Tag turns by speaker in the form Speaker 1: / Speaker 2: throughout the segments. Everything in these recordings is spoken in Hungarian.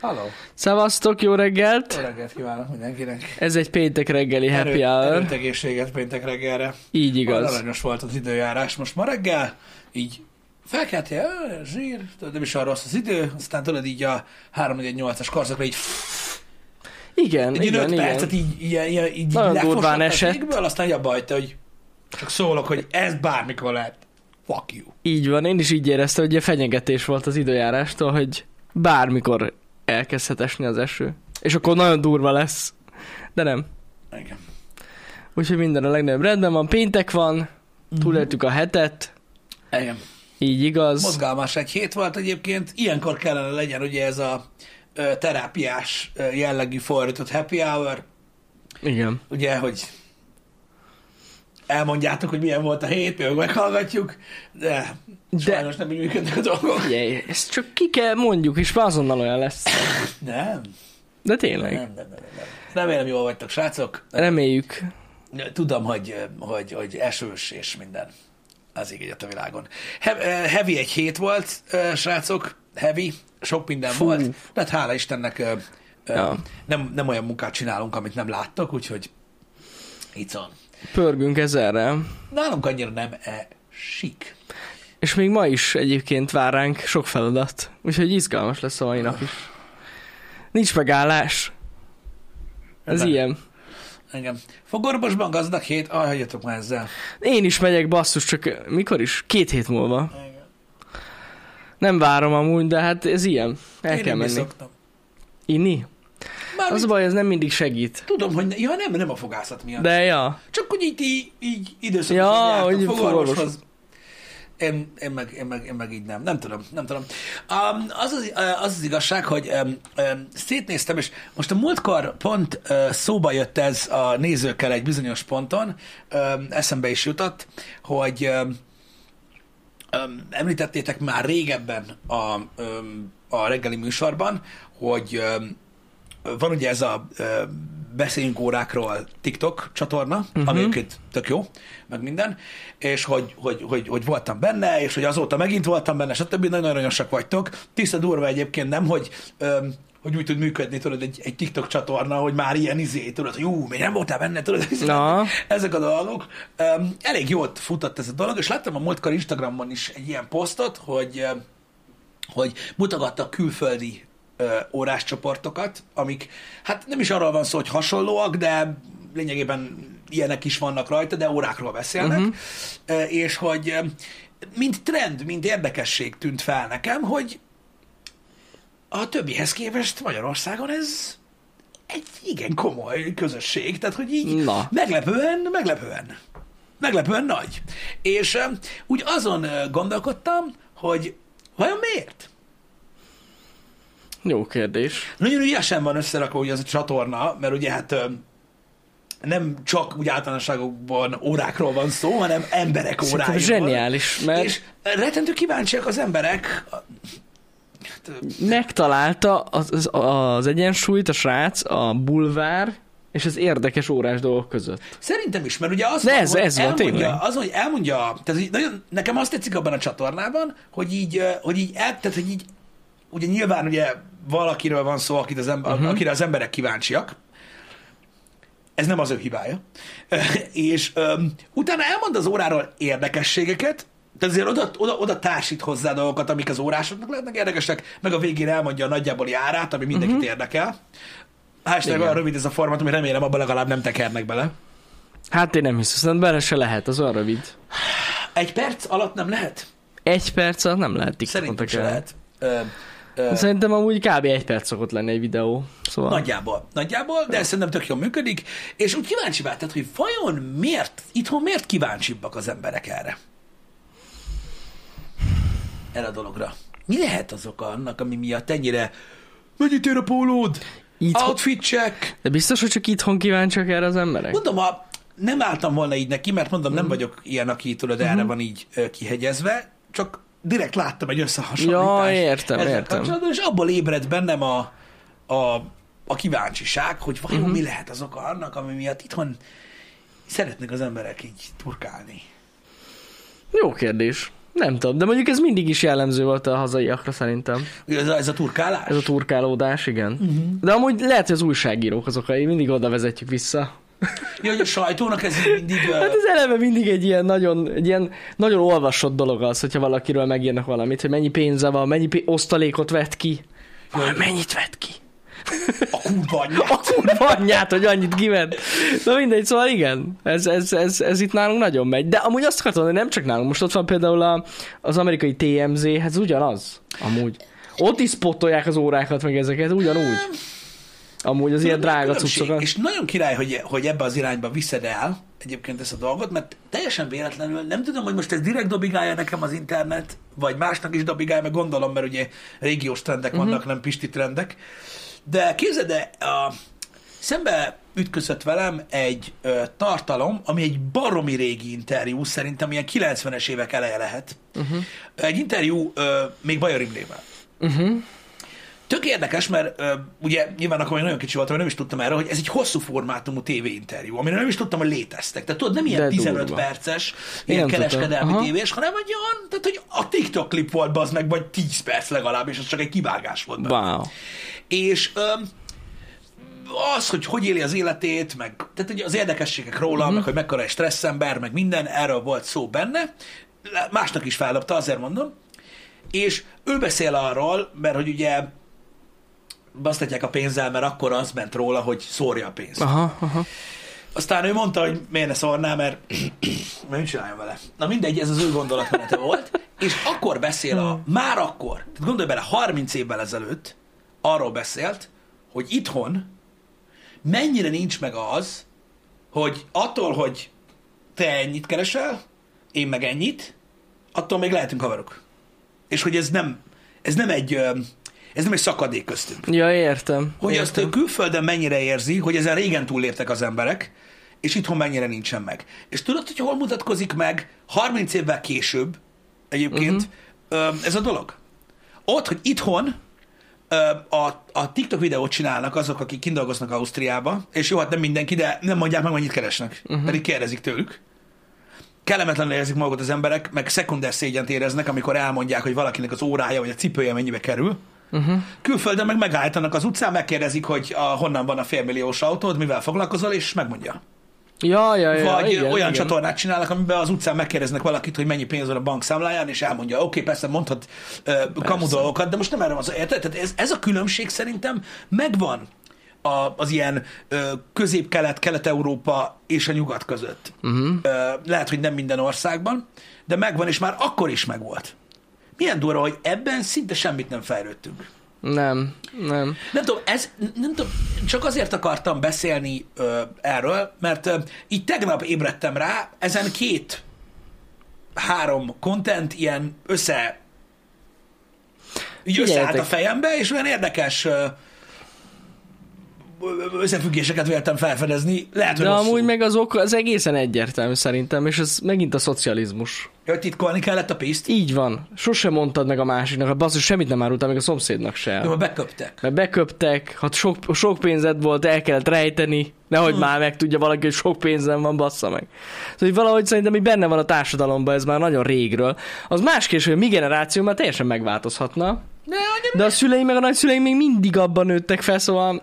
Speaker 1: Halló,
Speaker 2: Szevasztok, jó reggelt!
Speaker 1: jó reggelt kívánok mindenkinek.
Speaker 2: Ez egy péntek reggeli happy hour.
Speaker 1: Erőt egészséget péntek reggelre.
Speaker 2: Így
Speaker 1: Igaz.
Speaker 2: igaz.
Speaker 1: Aranyos volt az időjárás. Most ma reggel így felkeltél, ö, zsír, tudod, nem is olyan rossz az idő, aztán tudod így a 3-4-8-as karszakra így,
Speaker 2: Igen,
Speaker 1: egy
Speaker 2: igen,
Speaker 1: 5
Speaker 2: igen.
Speaker 1: percet így, ilyen, ilyen, így, így
Speaker 2: Nagyon
Speaker 1: lefosott
Speaker 2: durván
Speaker 1: az
Speaker 2: esett.
Speaker 1: égből, aztán így abba hagyta, hogy csak szólok, hogy ez bármikor lehet. Fuck you.
Speaker 2: Így van, én is így éreztem, hogy a fenyegetés volt az időjárástól, hogy bármikor elkezdhet esni az eső. És akkor nagyon durva lesz. De nem.
Speaker 1: Igen.
Speaker 2: Úgyhogy minden a legnagyobb rendben van. Péntek van,
Speaker 1: Mhm.
Speaker 2: túléltük a hetet,
Speaker 1: Igen.
Speaker 2: így igaz.
Speaker 1: Mozgalmas egy hét volt egyébként, ilyenkor kellene legyen ugye ez a ö, terápiás ö, jellegű fordított happy hour,
Speaker 2: Igen.
Speaker 1: ugye, hogy elmondjátok, hogy milyen volt a hét, mi meg meghallgatjuk, de, de sajnos nem így működnek a dolgok.
Speaker 2: Jaj, ezt csak ki kell mondjuk, és azonnal olyan lesz.
Speaker 1: Nem,
Speaker 2: De
Speaker 1: nem,
Speaker 2: tényleg.
Speaker 1: nem, nem, nem. Remélem jól vagytok, srácok.
Speaker 2: Reméljük.
Speaker 1: Tudom, hogy, hogy, hogy esős és minden az ég egyet a világon. He- eh, heavy egy hét volt, ö, srácok, heavy, sok minden
Speaker 2: Fú.
Speaker 1: volt, de hát hála Istennek ö, ö,
Speaker 2: Ja.
Speaker 1: nem, nem olyan munkát csinálunk, amit nem láttok, úgyhogy it's on.
Speaker 2: Pörgünk ezerrel.
Speaker 1: Nálunk annyira nem e sik.
Speaker 2: És még ma is egyébként vár ránk sok feladat, úgyhogy izgalmas lesz a mai nap is. Nincs megállás. Ez
Speaker 1: Nem.
Speaker 2: ilyen.
Speaker 1: Engem. Fogorvosban gazdag hét, ah, hagyjatok már ezzel.
Speaker 2: Én is megyek basszus, csak mikor is? Két hét múlva. Nem várom amúgy, de hát ez ilyen. El
Speaker 1: Én
Speaker 2: kell
Speaker 1: inni
Speaker 2: menni.
Speaker 1: szoktam.
Speaker 2: Inni?
Speaker 1: Mármint
Speaker 2: Az a baj, ez nem mindig segít.
Speaker 1: tudom, hogy ne, ja, nem, nem a fogászat miatt.
Speaker 2: De ja,
Speaker 1: Csak hogy így, így, így időszakosan
Speaker 2: Ja,
Speaker 1: jártam
Speaker 2: hogy
Speaker 1: fogorvoshoz. Én, én, meg, én, meg, én meg így nem. Nem tudom, nem tudom. Um, az, az, az az igazság, hogy um, um, szétnéztem, és most a múltkor pont uh, szóba jött ez a nézőkkel egy bizonyos ponton, um, eszembe is jutott, hogy um, Öm, említettétek már régebben a, öm, a reggeli műsorban, hogy öm, van ugye ez a öm, beszéljünk órákról TikTok csatorna, uh-huh. ami egyébként tök jó, meg minden, és hogy, hogy, hogy, hogy voltam benne, és hogy azóta megint voltam benne, stb. Nagyon aranyosak vagytok. Tiszta durva egyébként nem, hogy öm, hogy úgy tud működni, tudod, egy, egy TikTok csatorna, hogy már ilyen izé, tudod, hogy ú, még nem voltál benne, tudod,
Speaker 2: Na.
Speaker 1: ezek a dolgok. Um, elég jót futott ez a dolog, és láttam a múltkor Instagramon is egy ilyen posztot, hogy öm, hogy mutogattak külföldi ö, óráscsoportokat, amik, hát nem is arról van szó, hogy hasonlóak, de lényegében ilyenek is vannak rajta, de órákról beszélnek, uh-huh. ö, és hogy ö, mind trend, mind érdekesség tűnt fel nekem, hogy a többihez képest Magyarországon ez egy igen komoly közösség, tehát hogy így
Speaker 2: Na.
Speaker 1: meglepően, meglepően, meglepően nagy. És ö, úgy azon ö, gondolkodtam, hogy vajon miért?
Speaker 2: jó kérdés.
Speaker 1: Nagyon ügyesen van összerakva ugye az a csatorna, mert ugye hát ö, nem csak úgy általánosságokban órákról van szó, hanem emberek óráiról.
Speaker 2: Szerintem zseniális, mert
Speaker 1: És rettentő kíváncsiak az emberek.
Speaker 2: megtalálta az, az, az egyensúlyt a srác, a bulvár és az érdekes órás dolgok között.
Speaker 1: Szerintem is, mert ugye az,
Speaker 2: De
Speaker 1: van,
Speaker 2: ez-
Speaker 1: hogy
Speaker 2: ez van,
Speaker 1: elmondja,
Speaker 2: tényleg.
Speaker 1: az, hogy elmondja, tehát így nagyon, nekem azt tetszik abban a csatornában, hogy így, ö, hogy így, el, tehát, hogy így ugye nyilván ugye valakiről van szó, akit az ember,
Speaker 2: Mhm.
Speaker 1: uh-huh. akire az emberek kíváncsiak, ez nem az ő hibája. és öm, utána elmond az óráról érdekességeket, tehát azért oda, oda, oda társít hozzá dolgokat, amik az órásoknak lehetnek érdekesek, meg a végén elmondja a nagyjáboli árát, ami mindenkit
Speaker 2: Mhm.
Speaker 1: uh-huh. érdekel. Hashtag olyan rövid ez a formátum, hogy remélem abban legalább nem tekernek bele.
Speaker 2: Hát én nem hiszem, szerintem bele se lehet, az olyan rövid.
Speaker 1: Egy perc alatt nem lehet?
Speaker 2: Egy perc alatt nem lehet
Speaker 1: Szerintem
Speaker 2: TikTokot
Speaker 1: se lehet. Ö, ö,
Speaker 2: Szerintem amúgy kb. egy perc szokott lenni egy videó. Szóval
Speaker 1: Nagyjából, nagyjából, de szerintem tök jól működik, és úgy kíváncsi váltad, hogy vajon miért, itthon miért kíváncsibbak az emberek erre? Erre a dologra. Mi lehet az oka annak, ami miatt ennyire mennyit ér a pólód?
Speaker 2: Itthon-
Speaker 1: Outfit check.
Speaker 2: De biztos, hogy csak itthon kíváncsiak erre az emberek?
Speaker 1: Mondom, ha nem álltam volna így neki, mert mondom,
Speaker 2: Mhm.
Speaker 1: nem vagyok ilyen, aki tudod, erre van így ö, kihegyezve, csak direkt láttam egy összehasonlítást.
Speaker 2: Ja, értem,
Speaker 1: ezzel
Speaker 2: értem.
Speaker 1: kapcsolatban, És abból ébredt bennem a, a, a kíváncsiság, hogy vajon
Speaker 2: Mhm.
Speaker 1: uh-huh. mi lehet az oka annak, ami miatt itthon szeretnek az emberek így turkálni.
Speaker 2: Jó kérdés. Nem tudom, de mondjuk ez mindig is jellemző volt a hazaiakra szerintem.
Speaker 1: Ugye ez, a- ez a turkálás?
Speaker 2: Ez a turkálódás, igen.
Speaker 1: Mhm.
Speaker 2: Uh-huh. De amúgy lehet, hogy az újságírók azok, akik mindig oda vezetjük vissza.
Speaker 1: Ja, hogy a sajtónak ez így mindig... ö,
Speaker 2: Hát ez eleve mindig egy ilyen nagyon, egy ilyen nagyon olvasott dolog az, hogyha valakiről megírnak valamit, hogy mennyi pénze van, mennyi pé- osztalékot vett ki. Vagy mennyit vett ki?
Speaker 1: A kurva anyja.
Speaker 2: A kurva anyját, hogy annyit kivett. Na mindegy, szóval igen, ez, ez, ez, ez itt nálunk nagyon megy. De amúgy azt akartam, hogy nem csak nálunk. Most ott van például a, az amerikai TMZ, hát ez ugyanaz, amúgy. Ott is spotolják az órákat, meg ezeket, ugyanúgy. Amúgy az ilyen drága
Speaker 1: Szóval Különbség.
Speaker 2: cuccokat.
Speaker 1: És nagyon király, hogy, hogy ebbe az irányba viszed el egyébként ezt a dolgot, mert teljesen véletlenül, nem tudom, hogy most ez direkt dobigálja nekem az internet, vagy másnak is dobigálja, meg gondolom, mert ugye régiós trendek
Speaker 2: Mhm.
Speaker 1: uh-huh. vannak, nem pisti trendek. De képzeld el, a, szembe ütközött velem egy ö, tartalom, ami egy baromi régi interjú, szerintem ilyen 90-es évek eleje lehet. Uh-huh. Egy interjú ö, még Bajor Imrével.
Speaker 2: Uh-huh.
Speaker 1: Tök érdekes, mert ö, ugye nyilván akkor még nagyon kicsi voltam, hogy nem is tudtam erről, hogy ez egy hosszú formátumú tévéinterjú, amire nem is tudtam, hogy léteztek. Tehát tudod, nem ilyen
Speaker 2: De
Speaker 1: 15
Speaker 2: durva.
Speaker 1: perces, ilyen
Speaker 2: nem tudtam.
Speaker 1: kereskedelmi
Speaker 2: Aha.
Speaker 1: tévés, hanem egy olyan, tehát hogy a TikTok klip volt, az meg vagy 10 perc legalább, és az csak egy kivágás volt. belőle.
Speaker 2: Wow.
Speaker 1: És öm, az, hogy hogy éli az életét, meg tehát ugye az érdekességek róla, meg hogy mekkora egy stresszember, meg minden, erről volt szó benne. Le- Másnak is fellapta, azért mondom. És ő beszél arról, mert hogy ugye basztatják a pénzzel, mert akkor az ment róla, hogy szórja a pénzt.
Speaker 2: Aha, aha.
Speaker 1: Aztán ő mondta, hogy miért ne szórná, mert nem csináljon vele. Na mindegy, ez az ő gondolatmenete volt, és akkor beszél a, már akkor, tehát gondolj bele, 30 évvel ezelőtt arról beszélt, hogy itthon mennyire nincs meg az, hogy attól, hogy te ennyit keresel, én meg ennyit, attól még lehetünk haverok. És hogy ez nem, ez nem egy, ö, ez nem egy szakadék köztünk.
Speaker 2: Ja, értem.
Speaker 1: Hogy
Speaker 2: értem.
Speaker 1: azt ő külföldön mennyire érzi, hogy ezen régen túlléptek az emberek, és itthon mennyire nincsen meg. És tudod, hogy hol mutatkozik meg 30 évvel később egyébként uh-huh. ez a dolog? Ott, hogy itthon ö, a, a TikTok videót csinálnak azok, akik kindolgoznak Ausztriába, és jó, hát nem mindenki, de nem mondják meg, mennyit keresnek. Uh-huh. Pedig kérdezik tőlük. Kellemetlenül érzik magukat az emberek, meg szekunder szégyent éreznek, amikor elmondják, hogy valakinek az órája vagy a cipője mennyibe kerül. Uh-huh. Külföldön meg megállítanak az utcán, megkérdezik, hogy a, honnan van a félmilliós autód, mivel foglalkozol, és megmondja.
Speaker 2: Ja, ja, ja,
Speaker 1: Vagy
Speaker 2: igen,
Speaker 1: igen, olyan igen.
Speaker 2: igen.
Speaker 1: csatornát csinálnak, amiben az utcán megkérdeznek valakit, hogy mennyi pénz van a bankszámláján, és elmondja, oké, okay, persze mondhat uh, kamu dolgokat, de most nem erre van az érted? Tehát ez, ez a különbség szerintem megvan a, az ilyen uh, közép-kelet, kelet-európa és a nyugat között. Uh-huh. Uh, lehet, hogy nem minden országban, de megvan, és már akkor is megvolt. Milyen durva, hogy ebben szinte semmit nem fejlődtünk.
Speaker 2: Nem, nem.
Speaker 1: Nem tudom, ez, nem tudom, csak azért akartam beszélni ö, erről, mert ö, így tegnap ébredtem rá, ezen két, három content ilyen össze, így összeállt a
Speaker 2: Figyeljetek.
Speaker 1: fejembe, és olyan érdekes ö, ö, összefüggéseket véltem felfedezni. Lehet, hogy
Speaker 2: De
Speaker 1: rosszul.
Speaker 2: amúgy meg az ok, az egészen egyértelmű szerintem, és ez megint a szocializmus.
Speaker 1: Hogy titkolni kellett a pénzt,
Speaker 2: Így van. Sose mondtad meg a másiknak, hát basszus, semmit nem árultál még a szomszédnak se
Speaker 1: de
Speaker 2: el.
Speaker 1: ma beköptek.
Speaker 2: Mert beköptek, hát sok, sok pénzed volt, el kellett rejteni, nehogy már meg tudja valaki, hogy sok pénzem van, bassza meg. Szóval így valahogy szerintem így benne van a társadalomban, ez már nagyon régről. Az más kérdés, hogy a mi generáció már teljesen megváltozhatna,
Speaker 1: De, anyám,
Speaker 2: de a szüleim meg a nagyszüleim még mindig abban nőttek fel, szóval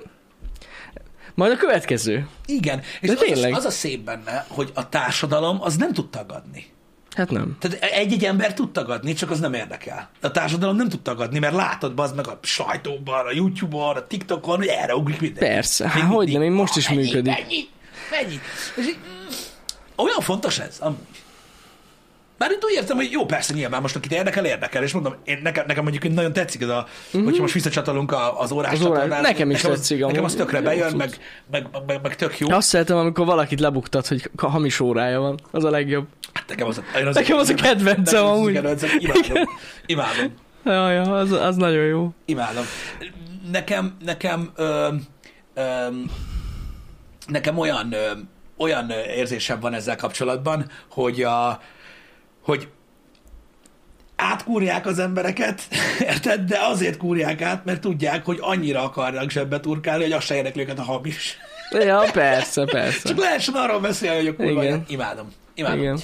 Speaker 2: majd a következő.
Speaker 1: igen, és
Speaker 2: De
Speaker 1: az,
Speaker 2: tényleg.
Speaker 1: az, az a szép benne, hogy a társadalom az nem tud tagadni.
Speaker 2: Hát nem.
Speaker 1: Tehát e- egy-egy ember tud tagadni, csak az nem érdekel. A társadalom nem tud tagadni, mert látod bazd meg a sajtóban, a YouTube-on, a TikTokon, hogy erre ugrik minden.
Speaker 2: Persze,
Speaker 1: Még
Speaker 2: hát hogy
Speaker 1: mindig.
Speaker 2: nem, én most is
Speaker 1: Mennyi,
Speaker 2: működik.
Speaker 1: Mennyi, mennyi. És így, mm, olyan fontos ez, amúgy. Már úgy értem, hogy jó, persze, nyilván most akit érdekel, érdekel, és mondom, én, nekem, nekem mondjuk nagyon tetszik ez a, mm-hmm. hogyha most visszacsatolunk a, az órás
Speaker 2: Mhm. Az órás-
Speaker 1: csatornára,
Speaker 2: nekem is
Speaker 1: nekem
Speaker 2: tetszik
Speaker 1: Az, nekem
Speaker 2: amúgy.
Speaker 1: az tökre
Speaker 2: Jó
Speaker 1: bejön,
Speaker 2: cucc.
Speaker 1: meg, meg, meg, meg, tök jó.
Speaker 2: Azt szeretem, amikor valakit lebuktat, hogy ka- hamis órája van. Az a legjobb.
Speaker 1: Hát Nekem az a, én az
Speaker 2: Nekem az a
Speaker 1: nekem
Speaker 2: kedvencem
Speaker 1: az a
Speaker 2: amúgy.
Speaker 1: kedvencem, imádom. Imádom.
Speaker 2: Jaj, ja, az, az nagyon jó.
Speaker 1: Imádom. Nekem, nekem, ö, ö, nekem olyan, ö, olyan ö, érzésem van ezzel kapcsolatban, hogy, a, hogy átkúrják az embereket, érted? De azért kúrják át, mert tudják, hogy annyira akarnak zsebbe turkálni, hogy azt se érdekli őket a hamis.
Speaker 2: Ja, persze, persze.
Speaker 1: Csak lehessen arról beszélni, hogy a kurva
Speaker 2: Igen.
Speaker 1: anyát. imádom. Imádom.
Speaker 2: Igen.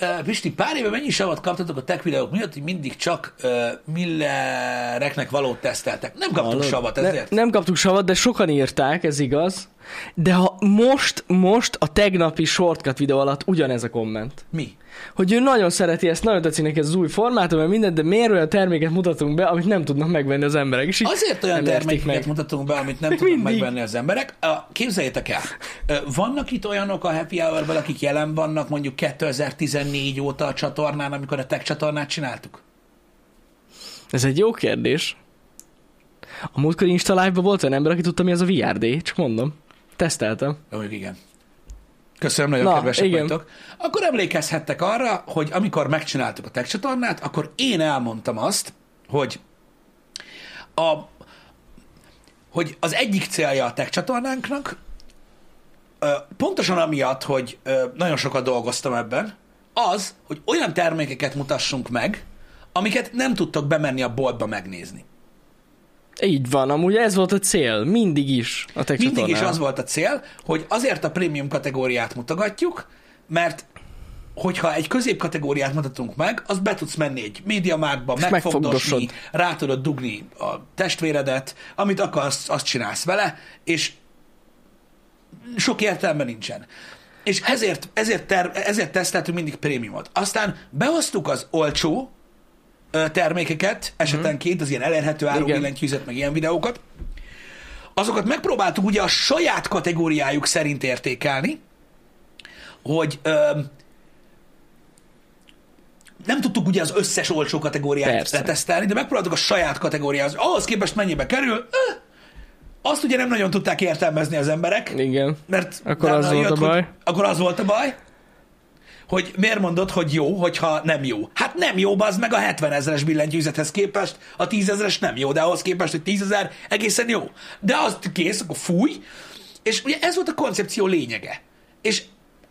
Speaker 1: Ö, Pisti, pár éve mennyi savat kaptatok a tech videók miatt, hogy mindig csak ö, millereknek való teszteltek? Nem kaptunk
Speaker 2: Hallod?
Speaker 1: savat
Speaker 2: Ne-
Speaker 1: ezért.
Speaker 2: nem kaptuk savat, de sokan írták, ez igaz. De ha most, most a tegnapi shortcut videó alatt ugyanez a komment.
Speaker 1: Mi?
Speaker 2: Hogy ő nagyon szereti ezt, nagyon tetszik neki ez az új formátum, mert mindent, de miért olyan terméket mutatunk be, amit nem tudnak megvenni az emberek. És így
Speaker 1: Azért olyan
Speaker 2: nem értik
Speaker 1: termékeket
Speaker 2: meg.
Speaker 1: mutatunk be, amit nem tudnak
Speaker 2: Mindig.
Speaker 1: megvenni az emberek. A, Képzeljétek el, ö, vannak itt olyanok a Happy Hour-ben, akik jelen vannak mondjuk 2014 óta a csatornán, amikor a tech csatornát csináltuk?
Speaker 2: Ez egy jó kérdés. A múltkor Insta live volt olyan ember, aki tudta, mi az a VRD, csak mondom. Teszteltem.
Speaker 1: De mondjuk igen. Köszönöm, nagyon Na,
Speaker 2: Na,
Speaker 1: kedvesek igen.
Speaker 2: igen.
Speaker 1: vagytok. Akkor emlékezhettek arra, hogy amikor megcsináltuk a tech csatornát, akkor én elmondtam azt, hogy a, hogy az egyik célja a tech csatornánknak, ö, pontosan amiatt, hogy ö, nagyon sokat dolgoztam ebben, az, hogy olyan termékeket mutassunk meg, amiket nem tudtok bemenni a boltba megnézni.
Speaker 2: Így van, amúgy ez volt a cél, mindig is a tech
Speaker 1: Mindig is
Speaker 2: csatornán.
Speaker 1: az volt a cél, hogy azért a prémium kategóriát mutogatjuk, mert hogyha egy középkategóriát mutatunk meg, az be tudsz menni egy médiamárkba, megfogdosni,
Speaker 2: megfogdosod.
Speaker 1: rá tudod dugni a testvéredet, amit akarsz, azt csinálsz vele, és sok értelme nincsen. És ezért, ezért, ter, ezért teszteltünk mindig prémiumot. Aztán behoztuk az olcsó ö, termékeket, esetenként az ilyen elérhető áru
Speaker 2: Igen.
Speaker 1: billentyűzet, meg ilyen videókat, azokat megpróbáltuk ugye a saját kategóriájuk szerint értékelni, hogy ö, nem tudtuk ugye az összes olcsó kategóriát
Speaker 2: Persze.
Speaker 1: letesztelni, de megpróbáltuk a saját kategóriához. Ahhoz képest mennyibe kerül, ö, azt ugye nem nagyon tudták értelmezni az emberek,
Speaker 2: Igen.
Speaker 1: mert
Speaker 2: Akkor
Speaker 1: utána
Speaker 2: az volt a
Speaker 1: jött, Hogy,
Speaker 2: baj.
Speaker 1: akkor az volt a baj, hogy miért mondod, hogy jó, hogyha nem jó. Hát nem jó, az meg a 70 ezeres billentyűzethez képest, a 10 ezeres nem jó, de ahhoz képest, hogy 10 ezer egészen jó. De az kész, akkor fúj. És ugye ez volt a koncepció lényege. És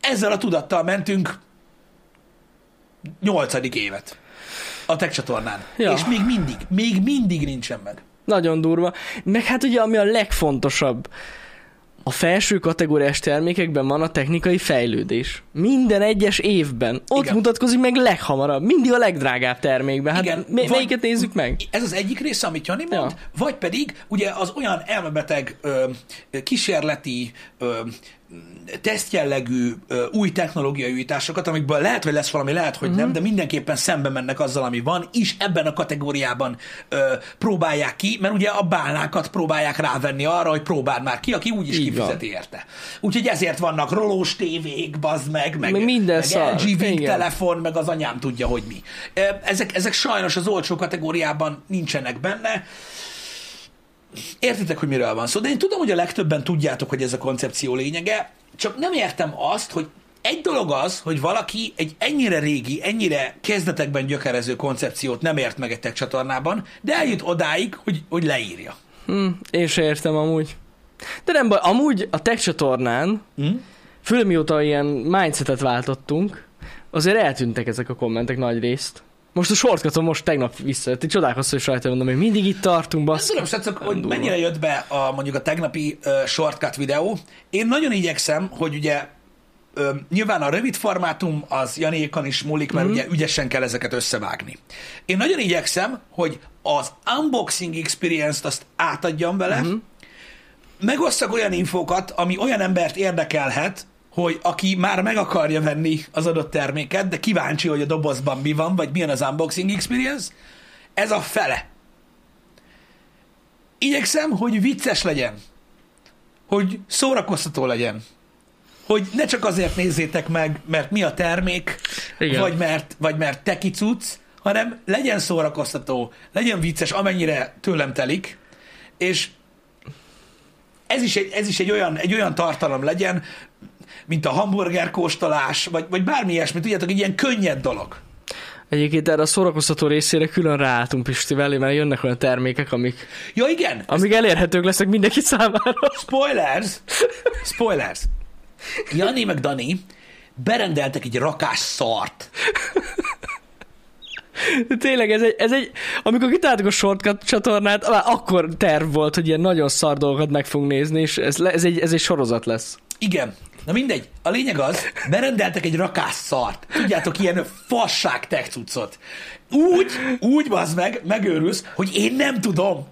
Speaker 1: ezzel a tudattal mentünk 8. évet a tech csatornán. Ja.
Speaker 2: Ja.
Speaker 1: És még mindig, még mindig nincsen meg.
Speaker 2: Nagyon durva. Meg hát ugye, ami a legfontosabb, a felső kategóriás termékekben van a technikai fejlődés. Minden egyes évben. Ott
Speaker 1: Igen.
Speaker 2: Igen. mutatkozik meg leghamarabb. Mindig a legdrágább termékben. Hát
Speaker 1: Igen,
Speaker 2: Igen, mi-
Speaker 1: vagy-
Speaker 2: melyiket nézzük meg?
Speaker 1: ez az egyik része, amit Jani mond,
Speaker 2: Ja.
Speaker 1: vagy pedig ugye az olyan elmebeteg ö, kísérleti ö, tesztjellegű ö, új technológiai újításokat, amikből lehet, hogy lesz valami, lehet, hogy mm-hmm.
Speaker 2: Mhm.
Speaker 1: nem, de mindenképpen szembe mennek azzal, ami van, és ebben a kategóriában ö, próbálják ki, mert ugye a bálnákat próbálják rávenni arra, hogy próbáld már ki, aki úgyis
Speaker 2: Így van.
Speaker 1: kifizeti érte. Úgyhogy ezért vannak rolós tévék, bazd meg, meg,
Speaker 2: Meg minden szar.
Speaker 1: meg LG Wing
Speaker 2: Igen.
Speaker 1: telefon, meg az anyám tudja, hogy mi. Ö, Ezek, ezek sajnos az olcsó kategóriában nincsenek benne. Értitek, hogy miről van szó, de én tudom, hogy a legtöbben tudjátok, hogy ez a koncepció lényege, csak nem értem azt, hogy egy dolog az, hogy valaki egy ennyire régi, ennyire kezdetekben gyökerező koncepciót nem ért meg egy tech csatornában, de eljut odáig, hogy, hogy leírja.
Speaker 2: Hm, én se értem amúgy. De nem baj, amúgy a tech csatornán,
Speaker 1: Hm?
Speaker 2: főleg mióta ilyen mindsetet váltottunk, azért eltűntek ezek a kommentek nagy részt. Most a sortkaton most tegnap visszajött, így csodálkozó is rajta mondom, hogy mindig itt tartunk,
Speaker 1: Azt
Speaker 2: bassz.
Speaker 1: tudom, srácok, hogy
Speaker 2: Durva.
Speaker 1: mennyire jött be a, mondjuk a tegnapi uh, shortcut videó. Én nagyon igyekszem, hogy ugye ö, nyilván a rövid formátum az Janékon is múlik, mert ugye ügyesen kell ezeket összevágni. Én nagyon igyekszem, hogy az unboxing experience-t azt átadjam vele, megosszak olyan infókat, ami olyan embert érdekelhet, hogy aki már meg akarja venni az adott terméket, de kíváncsi, hogy a dobozban mi van, vagy milyen az unboxing experience, ez a fele. Igyekszem, hogy vicces legyen, hogy szórakoztató legyen, hogy ne csak azért nézzétek meg, mert mi a termék,
Speaker 2: Igen.
Speaker 1: vagy mert, vagy mert te kicucz, hanem legyen szórakoztató, legyen vicces, amennyire tőlem telik, és ez is egy, ez is egy, olyan, egy olyan tartalom legyen, mint a hamburger kóstolás, vagy, vagy bármi ilyesmi, tudjátok, egy ilyen könnyed dolog.
Speaker 2: Egyébként erre a szórakoztató részére külön ráálltunk Pistivel, mert jönnek olyan termékek, amik,
Speaker 1: Ja, igen,
Speaker 2: amik elérhetők lesznek mindenki számára.
Speaker 1: spoilers, spoilers. Jani meg Dani berendeltek egy rakás szart.
Speaker 2: Tényleg, ez egy, ez egy, amikor kitaláltuk a shortcut csatornát, már akkor terv volt, hogy ilyen nagyon szar dolgokat meg fogunk nézni, és ez, le, ez, egy, ez egy sorozat lesz.
Speaker 1: Igen, Na mindegy, a lényeg az, berendeltek egy rakásszart. Tudjátok, ilyen fasság tech cuccot. Úgy, úgy bazd meg, megőrülsz, hogy én nem tudom.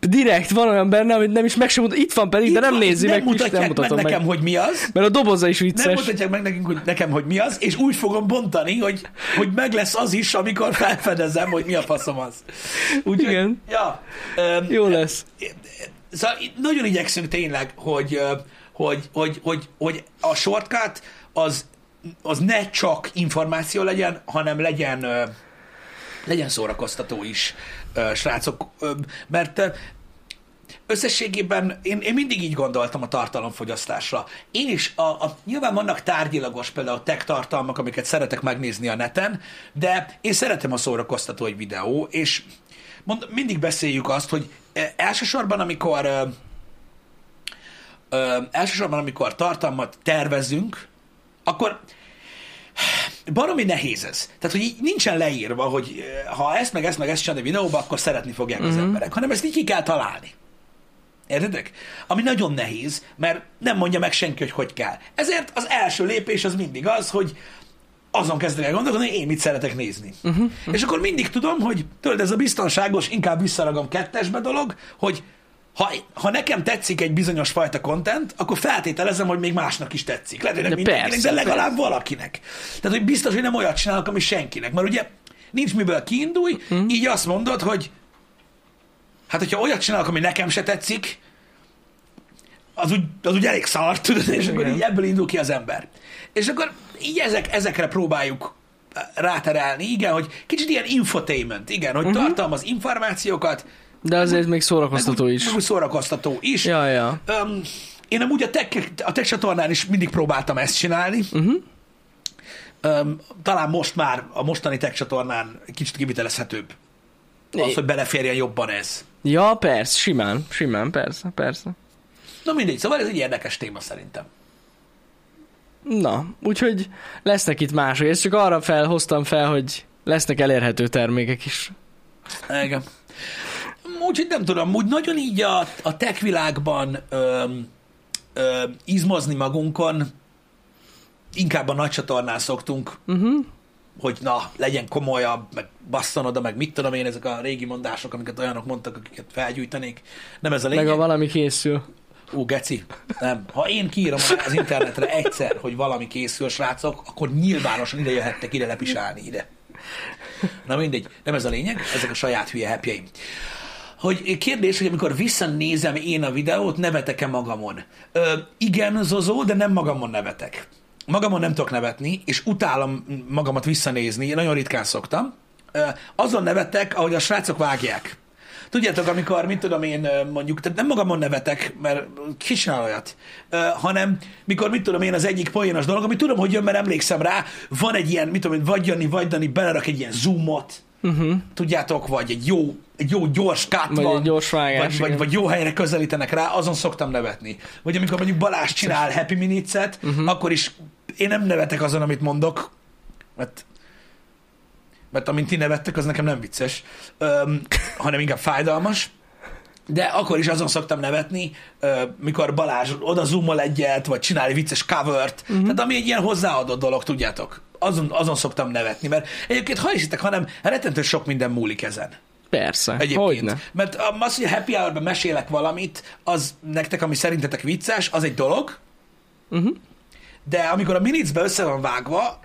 Speaker 2: Direkt van olyan benne, amit nem is meg sem mutat. Itt van pedig, de
Speaker 1: Itt
Speaker 2: nem
Speaker 1: van,
Speaker 2: nézi
Speaker 1: nem
Speaker 2: meg, kis-
Speaker 1: mutatják
Speaker 2: nem
Speaker 1: meg
Speaker 2: mutatom meg.
Speaker 1: nekem, hogy mi az.
Speaker 2: Mert a doboza is vicces.
Speaker 1: Nem mutatják meg nekünk, hogy nekem, hogy mi az, és úgy fogom bontani, hogy, hogy meg lesz az is, amikor felfedezem, hogy mi a faszom az. Úgyhogy,
Speaker 2: Igen.
Speaker 1: Ja, öm,
Speaker 2: Jó lesz.
Speaker 1: Szóval itt nagyon igyekszünk tényleg, hogy, ö, hogy, hogy, hogy, hogy a shortcut az, az ne csak információ legyen, hanem legyen, ö, legyen szórakoztató is, ö, srácok. Ö, Mert ö, összességében én, én mindig így gondoltam a tartalomfogyasztásra. Én is, a, a, nyilván vannak tárgyilagos például tech tartalmak, amiket szeretek megnézni a neten, de én szeretem a szórakoztató egy videó, és mond, mindig beszéljük azt, hogy eh, elsősorban, amikor eh, ö, elsősorban, amikor tartalmat tervezünk, akkor baromi nehéz ez. Tehát, hogy így nincsen leírva, hogy ö, ha ezt meg ezt meg ezt csinálni videóba, akkor szeretni fogják mm-hmm. az emberek, hanem ezt így ki kell találni. Értedek? Ami nagyon nehéz, mert nem mondja meg senki, hogy hogy kell. Ezért az első lépés az mindig az, hogy azon kezdek el gondolkodni, hogy én mit szeretek nézni.
Speaker 2: Mhm,
Speaker 1: Uh-huh. És akkor mindig tudom, hogy tudod, ez a biztonságos, inkább visszaragom kettesbe dolog, hogy ha, ha nekem tetszik egy bizonyos fajta content, akkor feltételezem, hogy még másnak is tetszik. Lehet, hogy nem
Speaker 2: De
Speaker 1: mindenkinek,
Speaker 2: persze,
Speaker 1: de legalább valakinek. Tehát, hogy biztos, hogy nem olyat csinálok, ami senkinek. Mert ugye nincs miből kiindulj,
Speaker 2: Mhm.
Speaker 1: uh-huh. így azt mondod, hogy hát, hogyha olyat csinálok, ami nekem se tetszik, az úgy, az úgy elég szar, tudod, és akkor
Speaker 2: Igen.
Speaker 1: így ebből indul ki az ember. És akkor így ezek, ezekre próbáljuk eh, ráterelni, igen, hogy kicsit ilyen infotainment, igen,
Speaker 2: Mhm.
Speaker 1: hogy uh-huh. tartalmaz információkat,
Speaker 2: De azért még szórakoztató
Speaker 1: meg úgy-
Speaker 2: is.
Speaker 1: Meg úgy szórakoztató is.
Speaker 2: Ja, ja.
Speaker 1: Öm, én amúgy a tech, a tech csatornán is mindig próbáltam ezt csinálni.
Speaker 2: Mhm.
Speaker 1: Uh-huh. Öm, talán most már a mostani tech csatornán kicsit kivitelezhetőbb. Az,
Speaker 2: É.
Speaker 1: hogy beleférjen jobban ez.
Speaker 2: Ja, persze, simán, simán, persze, persze.
Speaker 1: Na mindegy, szóval ez egy érdekes téma szerintem.
Speaker 2: Na, úgyhogy lesznek itt mások. Ezt csak arra felhoztam fel, hogy lesznek elérhető termékek is.
Speaker 1: Igen. Úgyhogy nem tudom, úgy nagyon így a, a tech világban öm, öm, izmozni magunkon, inkább a nagy csatornán szoktunk,
Speaker 2: Mhm.
Speaker 1: uh-huh. hogy na, legyen komolyabb, meg basszon oda, meg mit tudom én, ezek a régi mondások, amiket olyanok mondtak, akiket felgyújtanék. Nem ez a lényeg.
Speaker 2: Meg a valami készül.
Speaker 1: Ú, geci, nem. Ha én kiírom az internetre egyszer, hogy valami készül, srácok, akkor nyilvánosan ide jöhettek ide lepisálni ide. Na mindegy, nem ez a lényeg, ezek a saját hülye hepjeim. Hogy kérdés, hogy amikor visszanézem én a videót, nevetek-e magamon? Ö, igen, Zozó, de nem magamon nevetek. Magamon nem tudok nevetni, és utálom magamat visszanézni, én nagyon ritkán szoktam. Ö, azon nevetek, ahogy a srácok vágják. Tudjátok, amikor, mit tudom én, ö, mondjuk, tehát nem magamon nevetek, mert ki csinál olyat, ö, hanem mikor, mit tudom én, az egyik poénos dolog, ami tudom, hogy jön, mert emlékszem rá, van egy ilyen, mit tudom én, vagy Jani, vagy Dani, belerak egy ilyen zoomot,
Speaker 2: Mhm.
Speaker 1: uh-huh. tudjátok, vagy egy jó, egy jó gyors cut
Speaker 2: Vagy
Speaker 1: van,
Speaker 2: egy gyors vágás,
Speaker 1: vagy, vagy,
Speaker 2: igen.
Speaker 1: vagy jó helyre közelítenek rá, azon szoktam nevetni. Vagy amikor mondjuk Balázs csinál Happy Minutes-et,
Speaker 2: Mhm.
Speaker 1: uh-huh. akkor is én nem nevetek azon, amit mondok, mert, mert amint ti nevettek, az nekem nem vicces, öm, hanem inkább fájdalmas. De akkor is azon szoktam nevetni, ö, mikor Balázs oda zoomol egyet, vagy csinál egy vicces covert. Uh-huh. Tehát ami egy ilyen hozzáadott dolog, tudjátok. Azon, azon szoktam nevetni, mert egyébként ha hiszitek, hanem rettentő sok minden múlik ezen.
Speaker 2: Persze,
Speaker 1: Egyébként.
Speaker 2: hogyne.
Speaker 1: Mert az, hogy a happy hour-ben mesélek valamit, az nektek, ami szerintetek vicces, az egy dolog. Uh-huh. De amikor a minicbe össze van vágva,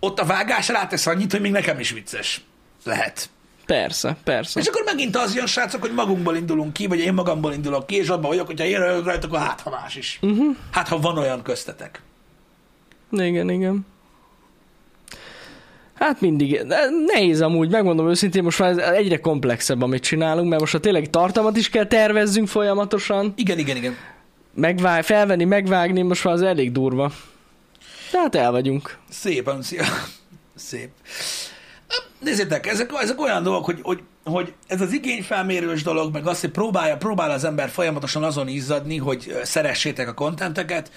Speaker 1: ott a vágás rátesz annyit, hogy még nekem is vicces lehet.
Speaker 2: Persze, persze.
Speaker 1: És akkor megint az jön, srácok, hogy magunkból indulunk ki, vagy én magamból indulok ki, és abban vagyok, hogyha én rajok rajta, akkor hát ha más is. Uh-huh. Hát ha van olyan köztetek.
Speaker 2: Igen, igen. Hát mindig, de nehéz amúgy, megmondom őszintén, most már ez egyre komplexebb, amit csinálunk, mert most ha tényleg tartalmat is kell tervezzünk folyamatosan,
Speaker 1: Igen, igen, igen.
Speaker 2: megvág, felvenni, megvágni, most már az elég durva. Tehát el vagyunk.
Speaker 1: Szépen, szia. Szép. Nézzétek, ezek, ezek olyan dolgok, hogy, hogy, hogy ez az igényfelmérős dolog, meg azt, hogy próbálja, próbál az ember folyamatosan azon izzadni, hogy ö, szeressétek a kontenteket.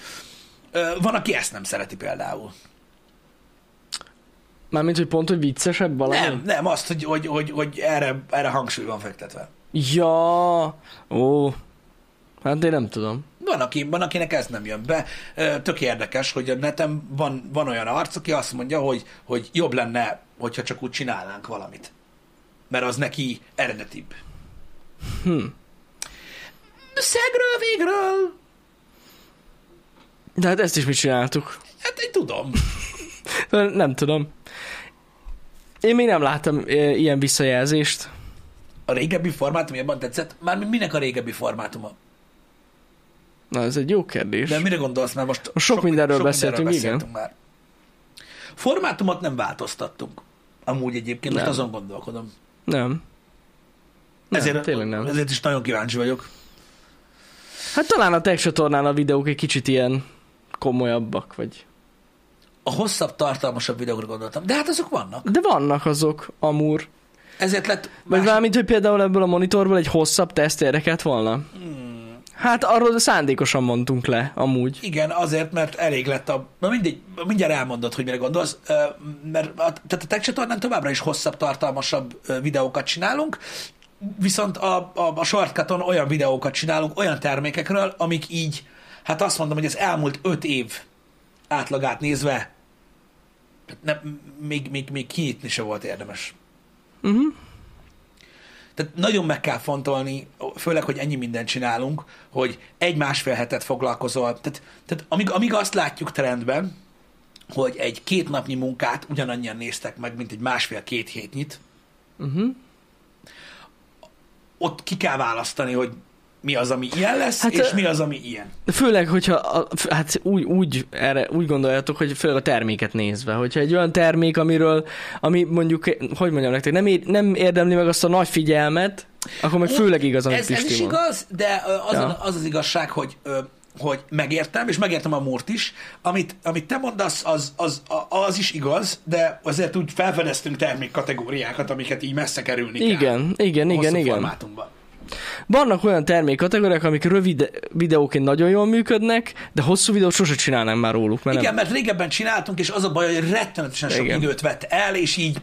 Speaker 1: Ö, Van, aki ezt nem szereti például.
Speaker 2: Mármint, hogy pont, hogy viccesebb valami.
Speaker 1: Nem, nem, azt, hogy, hogy, hogy, hogy erre, erre hangsúly van fektetve.
Speaker 2: Ja, ó, hát én nem tudom.
Speaker 1: Van, van, aki, van, akinek ez nem jön be. Ö, Tök érdekes, hogy a neten van, van olyan arc, aki azt mondja, hogy, hogy jobb lenne, hogyha csak úgy csinálnánk valamit. Mert az neki eredetibb. Hm. Szegről végről.
Speaker 2: De hát ezt is mi csináltuk.
Speaker 1: Hát én tudom.
Speaker 2: Nem tudom. Én még nem láttam ö, ilyen visszajelzést.
Speaker 1: A régebbi formátum jobban tetszett? Mármint minek a régebbi formátuma?
Speaker 2: Na, ez egy jó kérdés.
Speaker 1: De mire gondolsz? Mert most
Speaker 2: Most sok mindenről beszéltünk, igen.
Speaker 1: már. Formátumot nem változtattunk. Amúgy egyébként most
Speaker 2: Nem.
Speaker 1: azon gondolkodom.
Speaker 2: Nem. Nem, ezért, tényleg nem.
Speaker 1: Ezért is nagyon kíváncsi vagyok.
Speaker 2: Hát talán a tech csatornán a videók egy kicsit ilyen komolyabbak, vagy...
Speaker 1: A hosszabb, tartalmasabb videókra gondoltam. De hát azok vannak.
Speaker 2: De vannak azok, amúr.
Speaker 1: Ezért lett...
Speaker 2: Vagy
Speaker 1: más-
Speaker 2: valamint, hogy például ebből a monitorból egy hosszabb teszt érdekelt volna.
Speaker 1: Hmm.
Speaker 2: Hát arról szándékosan mondtunk le, amúgy.
Speaker 1: Igen, azért, mert elég lett a... Na mindegy, mindjárt elmondod, hogy mire gondolsz. Ö, Mert a, tehát a Tech csatornán továbbra is hosszabb, tartalmasabb ö, videókat csinálunk, viszont a, a, a shortcuton olyan videókat csinálunk, olyan termékekről, amik így, hát azt mondom, hogy az elmúlt öt év átlagát nézve hát nem, még, még, még kinyitni se volt érdemes.
Speaker 2: Uh-huh.
Speaker 1: Tehát nagyon meg kell fontolni, főleg, hogy ennyi mindent csinálunk, hogy egy-másfél hetet foglalkozol. Tehát, tehát amíg, amíg azt látjuk trendben, hogy egy két napnyi munkát ugyanannyian néztek meg, mint egy másfél-két hétnyit,
Speaker 2: Uh-huh.
Speaker 1: ott ki kell választani, hogy mi az, ami ilyen lesz, hát,
Speaker 2: Hát,
Speaker 1: és
Speaker 2: ö-
Speaker 1: mi az, ami ilyen.
Speaker 2: Főleg, hogyha a, f- hát úgy, úgy, erre, úgy gondoljátok, hogy főleg a terméket nézve, hogyha egy olyan termék, amiről, ami mondjuk, hogy mondjam nektek, nem, ér, nem érdemli meg azt a nagy figyelmet, akkor meg főleg igaz, amit
Speaker 1: ez, ez is
Speaker 2: Pisti mond.
Speaker 1: igaz, de ö, az,
Speaker 2: Ja.
Speaker 1: ja. az az igazság, hogy ö, hogy megértem, és megértem a múrt is. Amit, amit te mondasz, az, az, a- az is igaz, de azért úgy felfedeztünk termékkategóriákat, amiket így messze kerülni kell.
Speaker 2: Igen, igen, igen,
Speaker 1: hosszú
Speaker 2: igen.
Speaker 1: formátumban.
Speaker 2: Vannak olyan termékkategóriák, amik rövid videóként nagyon jól működnek, de hosszú videót sose csinálnánk már róluk, mert
Speaker 1: Igen,
Speaker 2: nem.
Speaker 1: mert régebben csináltunk, és az a baj, hogy rettenetesen sok
Speaker 2: Igen.
Speaker 1: időt vett el, és így...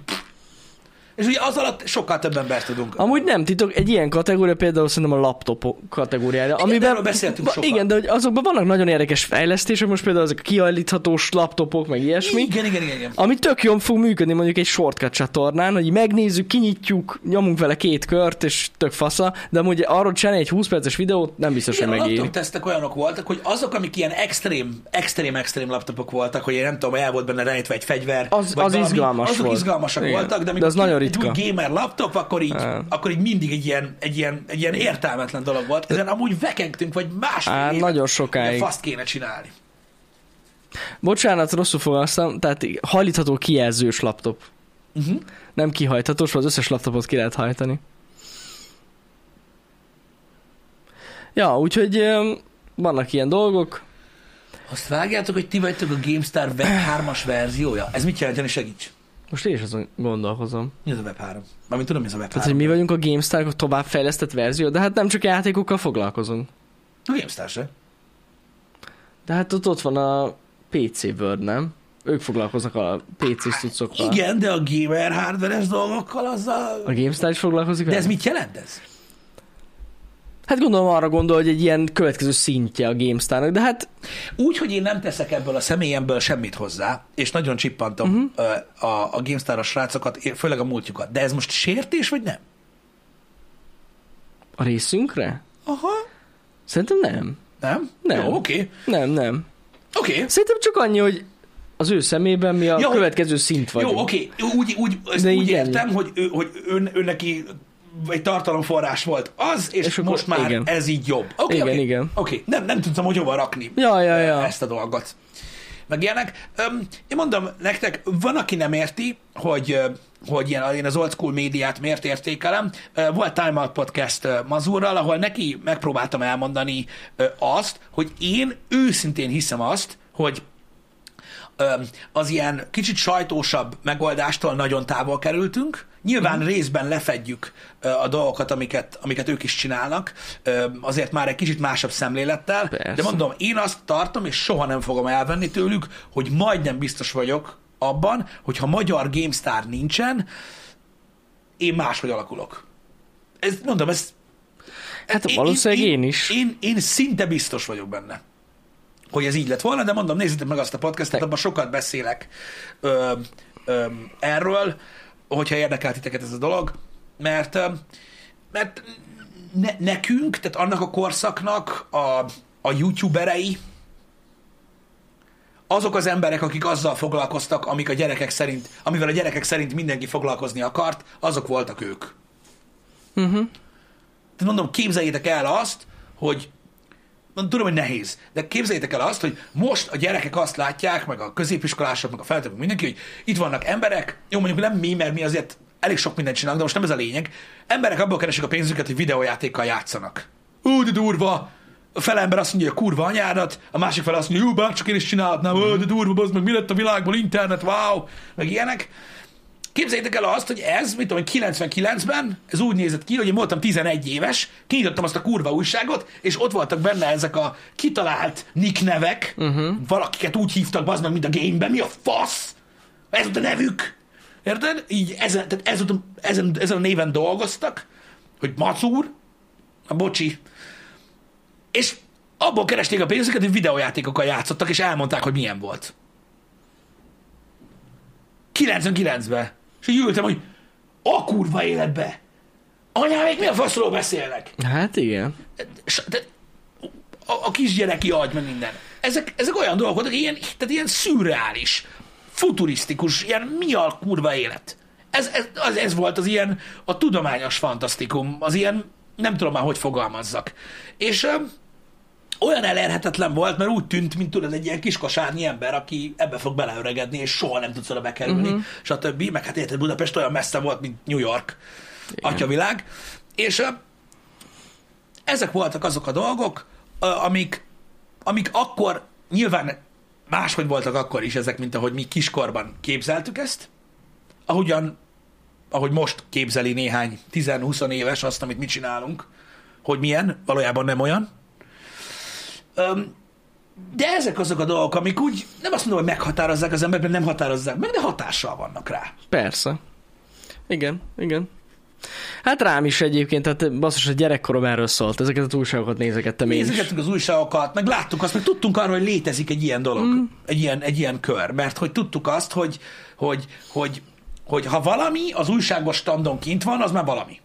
Speaker 1: És ugye az alatt sokkal több embert tudunk.
Speaker 2: Amúgy nem titok, egy ilyen kategória például szerintem a laptop kategóriája, igen, amiben...
Speaker 1: erről beszéltünk sokat.
Speaker 2: Igen, de hogy azokban vannak nagyon érdekes fejlesztések, most például ezek a kiállíthatós laptopok, meg ilyesmi.
Speaker 1: igen, igen, igen, igen.
Speaker 2: Ami tök jól fog működni mondjuk egy shortcut csatornán, hogy megnézzük, kinyitjuk, nyomunk vele két kört, és tök fasza, de amúgy arról csinálni egy 20 perces videót, nem biztos,
Speaker 1: Igen, a
Speaker 2: hogy megéri.
Speaker 1: laptop tesztek olyanok voltak, hogy azok, amik ilyen extrém, extrém, extrém laptopok voltak, hogy én nem tudom, el volt benne rejtve egy fegyver.
Speaker 2: Az-
Speaker 1: vagy
Speaker 2: az izgalmas
Speaker 1: azok
Speaker 2: volt.
Speaker 1: izgalmasak
Speaker 2: Igen.
Speaker 1: voltak, de,
Speaker 2: De az nagyon ritka. Hát.
Speaker 1: Egy új gamer laptop, akkor így, akkor így mindig egy ilyen, egy, ilyen, egy ilyen értelmetlen dolog volt. Ezen amúgy vekengtünk, vagy másfél
Speaker 2: Á,
Speaker 1: évet,
Speaker 2: Hát, nagyon
Speaker 1: hogy a
Speaker 2: sokáig.
Speaker 1: faszt kéne csinálni.
Speaker 2: Bocsánat, rosszul fogalmaztam, tehát hajlítható kijelzős laptop.
Speaker 1: Uh-huh.
Speaker 2: Nem kihajthatós, mert az összes laptopot ki lehet hajtani. Ja, úgyhogy öm, vannak ilyen dolgok.
Speaker 1: Azt vágjátok, hogy ti vagytok a GameStar Web 3-as verziója? Ez mit jelenteni? Segíts!
Speaker 2: Most én is azon gondolkozom.
Speaker 1: Mi az a Web 3? Mármint tudom, mi az a Web 3.
Speaker 2: Tehát, Hát, hogy mi vagyunk a GameStar a továbbfejlesztett verzió, de hát nem csak játékokkal foglalkozunk.
Speaker 1: A GameStar se.
Speaker 2: De hát ott, ott van a PC World, nem? Ők foglalkoznak a PC-s cuccokkal.
Speaker 1: Igen, de a gamer hardveres dolgokkal azzal...
Speaker 2: A GameStar is foglalkozik
Speaker 1: De
Speaker 2: vele?
Speaker 1: ez mit jelent ez?
Speaker 2: Hát gondolom arra gondol, hogy egy ilyen következő szintje a GameStar-nak, de hát
Speaker 1: Úgy, hogy én nem teszek ebből a személyemből semmit hozzá, és nagyon csippantom uh-huh. a, a GameStar-os srácokat, é- főleg a múltjukat. De ez most sértés, vagy nem?
Speaker 2: a részünkre?
Speaker 1: Aha.
Speaker 2: Szerintem nem.
Speaker 1: Nem?
Speaker 2: Nem.
Speaker 1: Jó, oké.
Speaker 2: Nem, nem.
Speaker 1: Oké.
Speaker 2: Szerintem csak annyi, hogy az ő szemében mi a
Speaker 1: Jó.
Speaker 2: Jó. következő szint vagyunk.
Speaker 1: Jó, oké. Úgy, úgy, ezt
Speaker 2: De
Speaker 1: úgy
Speaker 2: így ennyi.
Speaker 1: értem, hogy, ő, hogy ő, ő neki egy tartalomforrás volt az, és, és
Speaker 2: És akkor-
Speaker 1: most már igen.
Speaker 2: igen.
Speaker 1: ez így jobb. Oké,
Speaker 2: Igen,
Speaker 1: oké.
Speaker 2: igen.
Speaker 1: Oké, nem, nem tudtam, hogy hova rakni.
Speaker 2: Ja, ja, ja.
Speaker 1: ezt a dolgot. Meg ilyenek. Öm, én mondom nektek, van, aki nem érti, hogy, ö, hogy ilyen, én az old school médiát miért értékelem. Ö, Volt Time Out Podcast ö, Mazurral, ahol neki megpróbáltam elmondani ö, azt, hogy én őszintén hiszem azt, hogy öm, az ilyen kicsit sajtósabb megoldástól nagyon távol kerültünk. Nyilván uh-huh. részben lefedjük ö, a dolgokat, amiket, amiket ők is csinálnak, ö, azért már egy kicsit másabb szemlélettel,
Speaker 2: Persze.
Speaker 1: de mondom, én azt tartom, és soha nem fogom elvenni tőlük, hogy majdnem biztos vagyok abban, hogy ha magyar GameStar nincsen, én máshogy alakulok. Ez, mondom, ez
Speaker 2: Hát valószínűleg én is.
Speaker 1: Én, én szinte biztos vagyok benne, hogy ez így lett volna, de mondom, nézzétek meg azt a podcastet,
Speaker 2: Te-
Speaker 1: abban sokat beszélek ö, ö, erről, hogyha érdekel titeket ez a dolog, mert, ö, mert ne, nekünk, tehát annak a korszaknak a, a youtuberei, azok az emberek, akik azzal foglalkoztak, amik a gyerekek szerint, amivel a gyerekek szerint mindenki foglalkozni akart, azok voltak ők.
Speaker 2: Uh-huh.
Speaker 1: Tehát mondom, képzeljétek el azt, hogy mondom, tudom, hogy nehéz, de képzeljétek el azt, hogy most a gyerekek azt látják, meg a középiskolások, meg a feltöbbek, mindenki, hogy itt vannak emberek, jó, mondjuk nem mi, mert mi azért elég sok mindent csinálunk, de most nem ez a lényeg. Emberek abból keresik a pénzüket, hogy videójátékkal játszanak. Ú, de durva! A fele ember azt mondja, hogy kurva anyádat, a másik fele azt mondja, jó, bár csak én is csinálhatnám, Ó, de durva, bazd meg mi lett a világból, internet, wow, meg ilyenek. Képzeljétek el azt, hogy ez, mit tudom, én, 99-ben, ez úgy nézett ki, hogy én voltam 11 éves, kinyitottam azt a kurva újságot, és ott voltak benne ezek a kitalált nick nevek, uh-huh. valakiket úgy hívtak, bazd meg, mint a gameben, mi a fasz? Ez volt a nevük. Érted? Így ezen, tehát ez volt, a- ezen, ezen a néven dolgoztak, hogy Macúr, a bocsi, és abból keresték a pénzüket, hogy videójátékokkal játszottak, és elmondták, hogy milyen volt. 99-ben. És így ültem, hogy a kurva életbe. Anyám, még mi a faszról beszélnek?
Speaker 2: Hát igen.
Speaker 1: S- tehát A, a kisgyereki agy, meg minden. Ezek, ezek olyan dolgok voltak, ilyen, tehát ilyen szürreális, futurisztikus, ilyen mi a kurva élet. Ez, ez, az, ez volt az ilyen, a tudományos fantasztikum, az ilyen, nem tudom már, hogy fogalmazzak. És öm, olyan elérhetetlen volt, mert úgy tűnt, mint tudod, egy ilyen kiskasárnyi ember, aki ebbe fog beleöregedni, és soha nem tudsz oda bekerülni, uh-huh. stb. Meg hát érted, Budapest olyan messze volt, mint New York, atyavilág. És öm, ezek voltak azok a dolgok, ö, amik, amik akkor nyilván máshogy voltak akkor is ezek, mint ahogy mi kiskorban képzeltük ezt, ahogyan, ahogy most képzeli néhány 10-20 éves azt, amit mi csinálunk, hogy milyen, valójában nem olyan. Öm, de ezek azok a dolgok, amik úgy, nem azt mondom, hogy meghatározzák az embert, mert nem határozzák meg, de hatással vannak rá.
Speaker 2: Persze. Igen, igen. Hát rám is egyébként, tehát basszus, a gyerekkorom erről szólt. Ezeket az újságokat nézegettem én is.
Speaker 1: Nézegettünk az újságokat, meg láttuk azt, meg tudtunk arról, hogy létezik egy ilyen dolog, mm. egy, ilyen, egy ilyen kör, mert hogy tudtuk azt, hogy, hogy, hogy, hogy ha valami az újságos standon kint van, az már valami.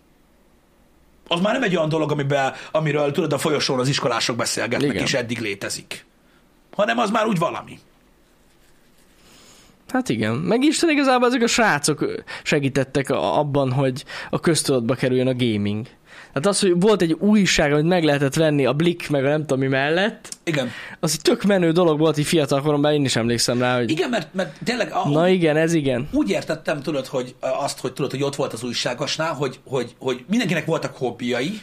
Speaker 1: Az már nem egy olyan dolog, amiben, amiről tudod, a folyosón az iskolások beszélgetnek, Igen.
Speaker 2: Igen.
Speaker 1: és eddig létezik. Hanem az már úgy valami.
Speaker 2: Hát igen. Meg Isten igazából ezek a srácok segítettek a- abban, hogy a köztudatba kerüljön a gaming. Tehát az, hogy volt egy újság, amit meg lehetett venni a Blick meg a nem tudom mi mellett,
Speaker 1: Igen.
Speaker 2: az egy tök menő dolog volt, így fiatal koromban én is emlékszem rá, hogy
Speaker 1: Igen, mert, mert tényleg a,
Speaker 2: na igen, ez igen.
Speaker 1: úgy értettem, tudod, hogy ö, azt, hogy tudod, hogy ott volt az újságosnál, hogy, hogy, hogy mindenkinek voltak hobbijai,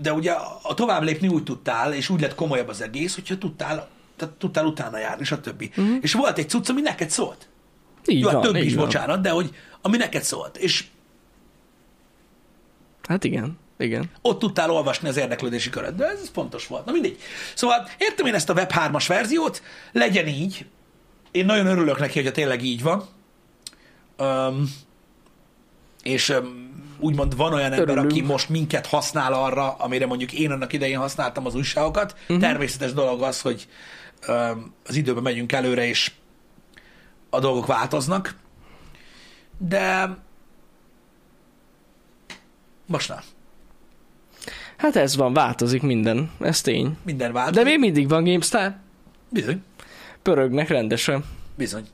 Speaker 1: de ugye a- a tovább lépni úgy tudtál, és úgy lett komolyabb az egész, hogyha tudtál, tehát tudtál utána járni, stb. Uh-huh. És volt egy cucc, ami neked szólt.
Speaker 2: Mhm. Így
Speaker 1: Jó, hát
Speaker 2: van,
Speaker 1: több
Speaker 2: így
Speaker 1: is,
Speaker 2: van.
Speaker 1: bocsánat, de hogy ami neked szólt. És
Speaker 2: Hát igen, igen.
Speaker 1: ott tudtál olvasni az érdeklődési köröd, de ez fontos volt. Na mindegy. Szóval értem én ezt a Web3-as verziót, legyen így. Én nagyon örülök neki, hogyha tényleg így van. Um, és um, úgymond van olyan ember,
Speaker 2: Örülünk.
Speaker 1: aki most minket használ arra, amire mondjuk én annak idején használtam az újságokat. Uh-huh. Természetes dolog az, hogy um, az időben megyünk előre, és a dolgok változnak. De most nem.
Speaker 2: Hát ez van, változik minden, ez tény.
Speaker 1: Minden változik.
Speaker 2: De még mindig van GameStar,
Speaker 1: Bizony.
Speaker 2: pörögnek rendesen.
Speaker 1: Bizony.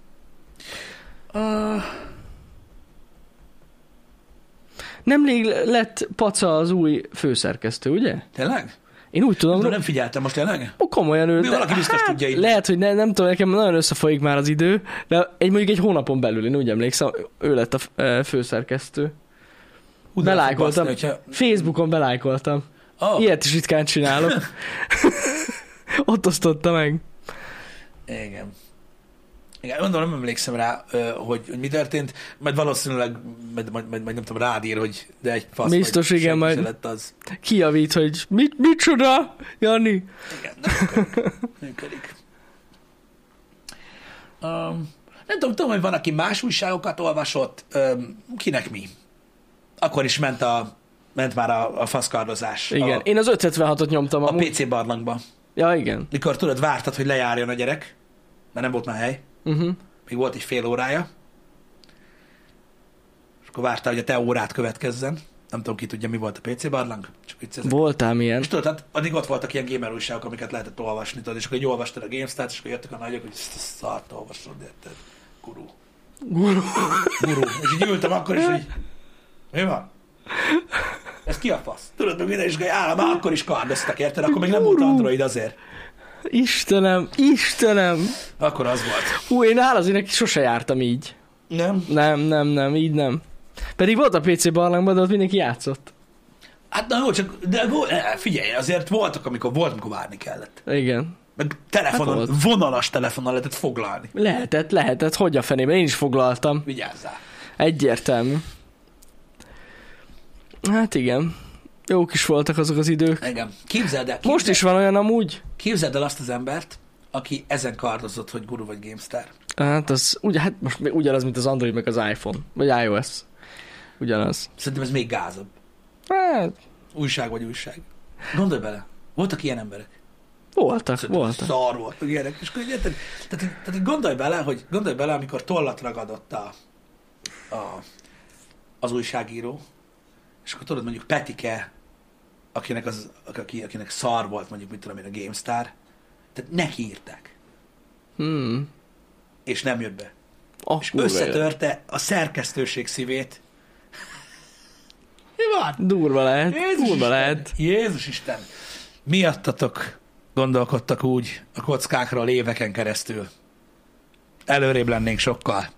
Speaker 2: Nemrég lett paca az új főszerkesztő, ugye?
Speaker 1: Tényleg?
Speaker 2: Én úgy tudom,
Speaker 1: De nem figyeltem most tényleg?
Speaker 2: Ó, komolyan ő.
Speaker 1: Mi,
Speaker 2: de-
Speaker 1: valaki biztos tudja így.
Speaker 2: Lehet, hogy ne, nem tudom, nekem nagyon összefolyik már az idő, de egy mondjuk egy hónapon belül, én úgy emlékszem, ő lett a f- ö, főszerkesztő.
Speaker 1: Hú, de le fog
Speaker 2: Belájkoltam.
Speaker 1: baszni, hogyha...
Speaker 2: Facebookon belájkoltam.
Speaker 1: oh,
Speaker 2: Ilyet is ritkán csinálok. Ott osztotta meg.
Speaker 1: Igen. Igen, mondom, nem emlékszem rá, ö, hogy, hogy mi történt, majd valószínűleg, majd, majd, majd, majd nem tudom, rád ír, hogy de egy fasz
Speaker 2: Biztos,
Speaker 1: vagy,
Speaker 2: igen,
Speaker 1: senki
Speaker 2: majd.
Speaker 1: se lett az.
Speaker 2: Kijavít, hogy mit, micsoda, Jani?
Speaker 1: Igen, nem működik. működik. Um, nem tudom, tudom, hogy van, aki más újságokat olvasott, um, kinek mi. Akkor is ment a ment már a, a faszkardozás.
Speaker 2: Igen.
Speaker 1: A,
Speaker 2: Én az 576-ot nyomtam
Speaker 1: a
Speaker 2: amúgy.
Speaker 1: PC barlangban.
Speaker 2: Ja, igen.
Speaker 1: Mikor tudod, vártad, hogy lejárjon a gyerek, mert nem volt már hely,
Speaker 2: Uh-huh.
Speaker 1: még volt egy fél órája, és akkor vártál, hogy a te órát következzen. Nem tudom, ki tudja, mi volt a PC barlang, csak itt ezek.
Speaker 2: Voltál milyen.
Speaker 1: És tudod, hát addig ott voltak ilyen gamer újságok, amiket lehetett olvasni, tudod, és akkor így olvastad a GameStar-t, és akkor jöttek a nagyok, hogy ezt a szart olvasod, érted? Gurú.
Speaker 2: Gurú.
Speaker 1: Gurú. És így ültem akkor is, hogy mi van? Ez ki a fasz? Tudod, meg minden is, hogy állam, már akkor is kardoztak, érted? Akkor még nem volt
Speaker 2: Gurú.
Speaker 1: Android azért.
Speaker 2: Istenem, Istenem.
Speaker 1: Akkor az volt.
Speaker 2: Hú, én hála az ének sose jártam így.
Speaker 1: Nem?
Speaker 2: Nem, nem, nem, így nem. Pedig volt a PC barlangban, de ott mindenki játszott.
Speaker 1: Hát na jó, csak de vo- eh, figyelj, azért voltak, amikor volt, amikor várni kellett.
Speaker 2: Igen.
Speaker 1: Meg telefonon,
Speaker 2: Hát
Speaker 1: hát vonalas telefonon lehetett foglalni.
Speaker 2: Lehetett, lehetett, hogy a fenében, én is foglaltam.
Speaker 1: Vigyázzál.
Speaker 2: Egyértelmű. Hát igen. Jók is voltak azok az idők.
Speaker 1: Igen. Képzeld el,
Speaker 2: Most is van olyan amúgy.
Speaker 1: Képzeld el azt az embert, aki ezen kardozott, hogy guru vagy GameStar.
Speaker 2: Hát az, ugye, hát most mi- ugyanaz, mint az Android meg az iPhone. Vagy iOS. Ugyanaz.
Speaker 1: Szerintem ez még gázabb.
Speaker 2: Hát,
Speaker 1: Újság vagy újság. Gondolj bele, voltak ilyen emberek.
Speaker 2: voltak,
Speaker 1: Szerintem
Speaker 2: voltak.
Speaker 1: Szar voltak ilyenek. És akkor, érted? tehát, így- tehát, így gondolj bele, hogy gondolj bele, amikor tollat ragadott a, a, az újságíró, és akkor tudod, mondjuk Petike, akinek, az, aki, akinek szar volt, mondjuk, mit tudom én, a GameStar, tehát neki írták,
Speaker 2: Hmm.
Speaker 1: és nem jött be.
Speaker 2: A
Speaker 1: És
Speaker 2: kurva élet.
Speaker 1: összetörte a szerkesztőség szívét. Mi van?
Speaker 2: Durva lehet,
Speaker 1: Jézus
Speaker 2: durva
Speaker 1: Isten!
Speaker 2: lehet.
Speaker 1: Jézus Isten! Miattatok gondolkodtak úgy a kockákról éveken keresztül. Előrébb lennénk sokkal.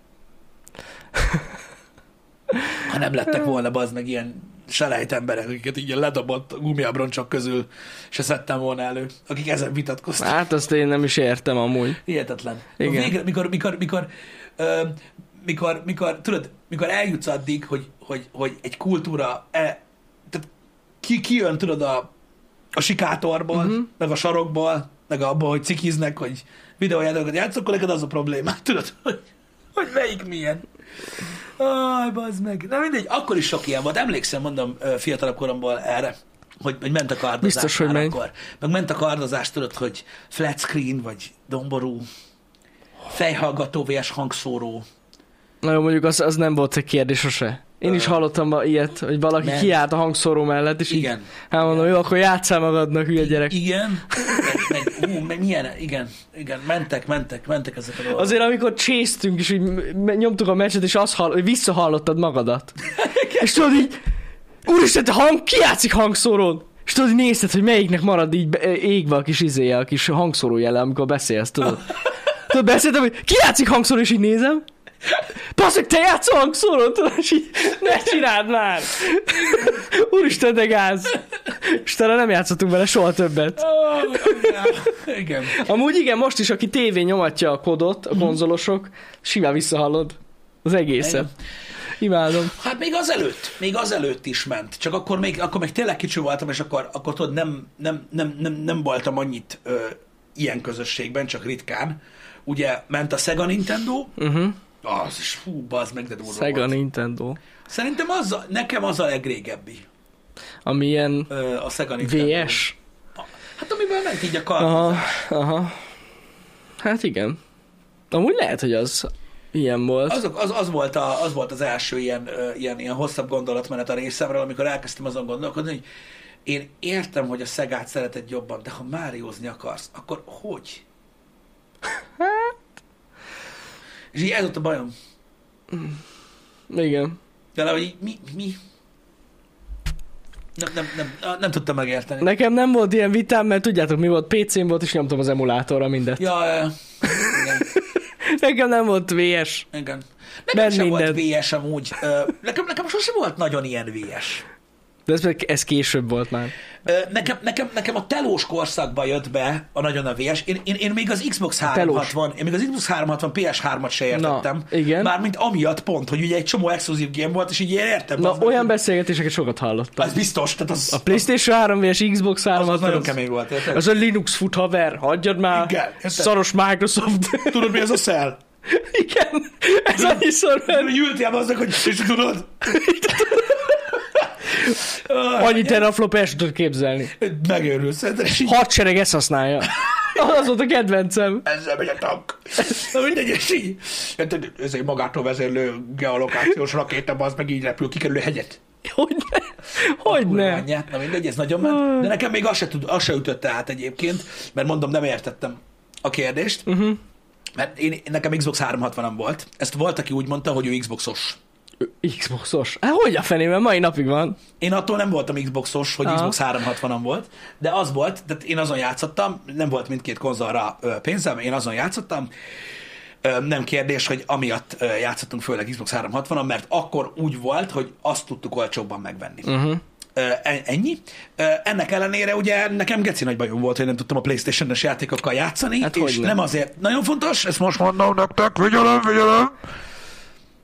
Speaker 1: Ha nem lettek volna bazd meg ilyen selejt emberek, akiket így ledobott a gumiabroncsok közül, se szedtem volna elő, akik ezen vitatkoztak.
Speaker 2: Hát azt én nem is értem amúgy.
Speaker 1: Hihetetlen.
Speaker 2: Igen.
Speaker 1: Végre, mikor, mikor, mikor, ö, mikor, mikor, tudod, mikor eljutsz addig, hogy, hogy, hogy egy kultúra, e, tehát ki, ki jön, tudod, a, a sikátorból, uh-huh. meg a sarokból, meg abból, hogy cikiznek, hogy videójátékokat játszok, akkor neked az a probléma, tudod, hogy, hogy melyik milyen. Aj, bazd meg. Na mindegy, akkor is sok ilyen volt. Emlékszem, mondom, ö, fiatalabb koromból erre, hogy, hogy ment a kardozás
Speaker 2: Biztos, hogy
Speaker 1: már
Speaker 2: megy.
Speaker 1: akkor. Meg ment a kardozás, tudod, hogy flat screen, vagy domború, fejhallgató, vs hangszóró.
Speaker 2: Na jó, mondjuk az, az nem volt egy kérdés sose. Én is
Speaker 1: Ö.
Speaker 2: hallottam ma ilyet, hogy valaki
Speaker 1: Nem.
Speaker 2: kiállt a hangszóró mellett, és így,
Speaker 1: Igen.
Speaker 2: hát mondom, jó, akkor játsszál magadnak, hülye gyerek.
Speaker 1: Igen. Meg, meg, ú, meg milyen, igen, igen, mentek, mentek, mentek ezek a dolgok.
Speaker 2: Azért amikor csésztünk, és így m- nyomtuk a meccset, és azt hall, hogy visszahallottad magadat. és tudod így, úristen, te hang, ki játszik hangszórón? És tudod, így nézted, hogy melyiknek marad így be- e, égve a kis izéje, a kis hangszóró jele, amikor beszélsz, tudod? tudod, beszéltem, hogy ki játszik hangszóró, és így nézem. Baszok, te játszol hangszórón, tudod, és így, ne csináld már! Úristen, de gáz! És talán nem játszottunk vele soha többet.
Speaker 1: Ó, igen. igen.
Speaker 2: Amúgy igen, most is, aki tévé nyomatja a kodot, a konzolosok, simán visszahallod az egészet. Imádom.
Speaker 1: Hát még azelőtt, még azelőtt is ment, csak akkor még, akkor még tényleg kicsi voltam, és akkor, akkor tudod, nem, nem, nem, nem, nem voltam annyit ö, ilyen közösségben, csak ritkán. Ugye ment a Sega Nintendo,
Speaker 2: Uh-huh.
Speaker 1: az is, fú, bazd meg, de durva
Speaker 2: Sega
Speaker 1: volt.
Speaker 2: Nintendo.
Speaker 1: Szerintem az, a- nekem az a legrégebbi,
Speaker 2: Ami ilyen
Speaker 1: ö, a Sega Nintendo.
Speaker 2: VS.
Speaker 1: Hát amiben ment így a kar.
Speaker 2: Aha, aha. Hát igen. Amúgy lehet, hogy az ilyen volt.
Speaker 1: Azok, az, az, volt a, az volt az első ilyen, ö, ilyen, ilyen hosszabb gondolatmenet a részemről, amikor elkezdtem azon gondolkodni, hogy én értem, hogy a szegát szereted jobban, de ha Máriózni akarsz, akkor hogy? És így ez ott a bajom.
Speaker 2: Igen.
Speaker 1: De hogy így mi, mi? Nem, nem, nem, nem tudtam megérteni.
Speaker 2: Nekem nem volt ilyen vitám, mert tudjátok mi volt, PC-n volt, és nyomtam az emulátorra mindet.
Speaker 1: Ja, ja, ja. igen.
Speaker 2: Nekem nem volt VS.
Speaker 1: igen. Nekem
Speaker 2: Bent
Speaker 1: sem volt
Speaker 2: minden.
Speaker 1: VS amúgy. Ö, Nekem, nekem sosem volt nagyon ilyen VS.
Speaker 2: De ez, ez később volt már.
Speaker 1: Ö, Nekem, nekem, nekem a telós korszakba jött be a nagyon a VS. Én, én, én még az Xbox
Speaker 2: telós.
Speaker 1: 360, én még az Xbox 360 PS3-at se értettem.
Speaker 2: Na, igen.
Speaker 1: Mármint amiatt pont, hogy ugye egy csomó exkluzív game volt, és így én értem.
Speaker 2: Na,
Speaker 1: az meg,
Speaker 2: olyan
Speaker 1: hogy-
Speaker 2: beszélgetéseket sokat hallottam.
Speaker 1: Az biztos, tehát az,
Speaker 2: A PlayStation 3 és Xbox 3
Speaker 1: az, az nagyon
Speaker 2: az-
Speaker 1: kemény volt, érted?
Speaker 2: Ez a Linux fut haver, hagyjad már.
Speaker 1: Igen, érted?
Speaker 2: Szaros Microsoft.
Speaker 1: Tudod, mi az a szel?
Speaker 2: Igen, ez annyiszor ment.
Speaker 1: Ültél azzal, hogy és tudod?
Speaker 2: Annyi teraflop el sem tudod képzelni.
Speaker 1: Megőrülsz, szerintem, és így
Speaker 2: Hadsereg ezt használja. Az volt a kedvencem.
Speaker 1: ezzel megy a tank. Na mindegy, és így. Érted, Ez egy magától vezérlő geolokációs rakéta, az meg így repül, kikerül a hegyet.
Speaker 2: Hogy ne? Hogy
Speaker 1: Kurva
Speaker 2: ne? Ah.
Speaker 1: anyját, Na mindegy, ez nagyon ment. De nekem még azt se, tud, azt se ütötte át egyébként, mert mondom, nem értettem a kérdést.
Speaker 2: Mhm.
Speaker 1: Uh-huh. Mert én, nekem Xbox 360-am volt. Ezt volt, aki úgy mondta, hogy ő Xboxos.
Speaker 2: Xboxos. Hát hogy a fenében? Mai napig van.
Speaker 1: Én attól nem voltam Xboxos, hogy
Speaker 2: Aha.
Speaker 1: Xbox 360-am volt, de az volt, tehát én azon játszottam, nem volt mindkét konzolra ö, pénzem, én azon játszottam, Ö, nem kérdés, hogy amiatt ö, játszottunk főleg Xbox 360-on, mert akkor úgy volt, hogy azt tudtuk olcsóbban megvenni.
Speaker 2: Mhm.
Speaker 1: Uh-huh. Ennyi. Ö, Ennek ellenére ugye nekem geci nagy bajom volt, hogy nem tudtam a Playstation-es játékokkal játszani,
Speaker 2: Hát
Speaker 1: és
Speaker 2: hogyne.
Speaker 1: nem azért, nagyon fontos, ezt most mondom nektek, figyelem, figyelem,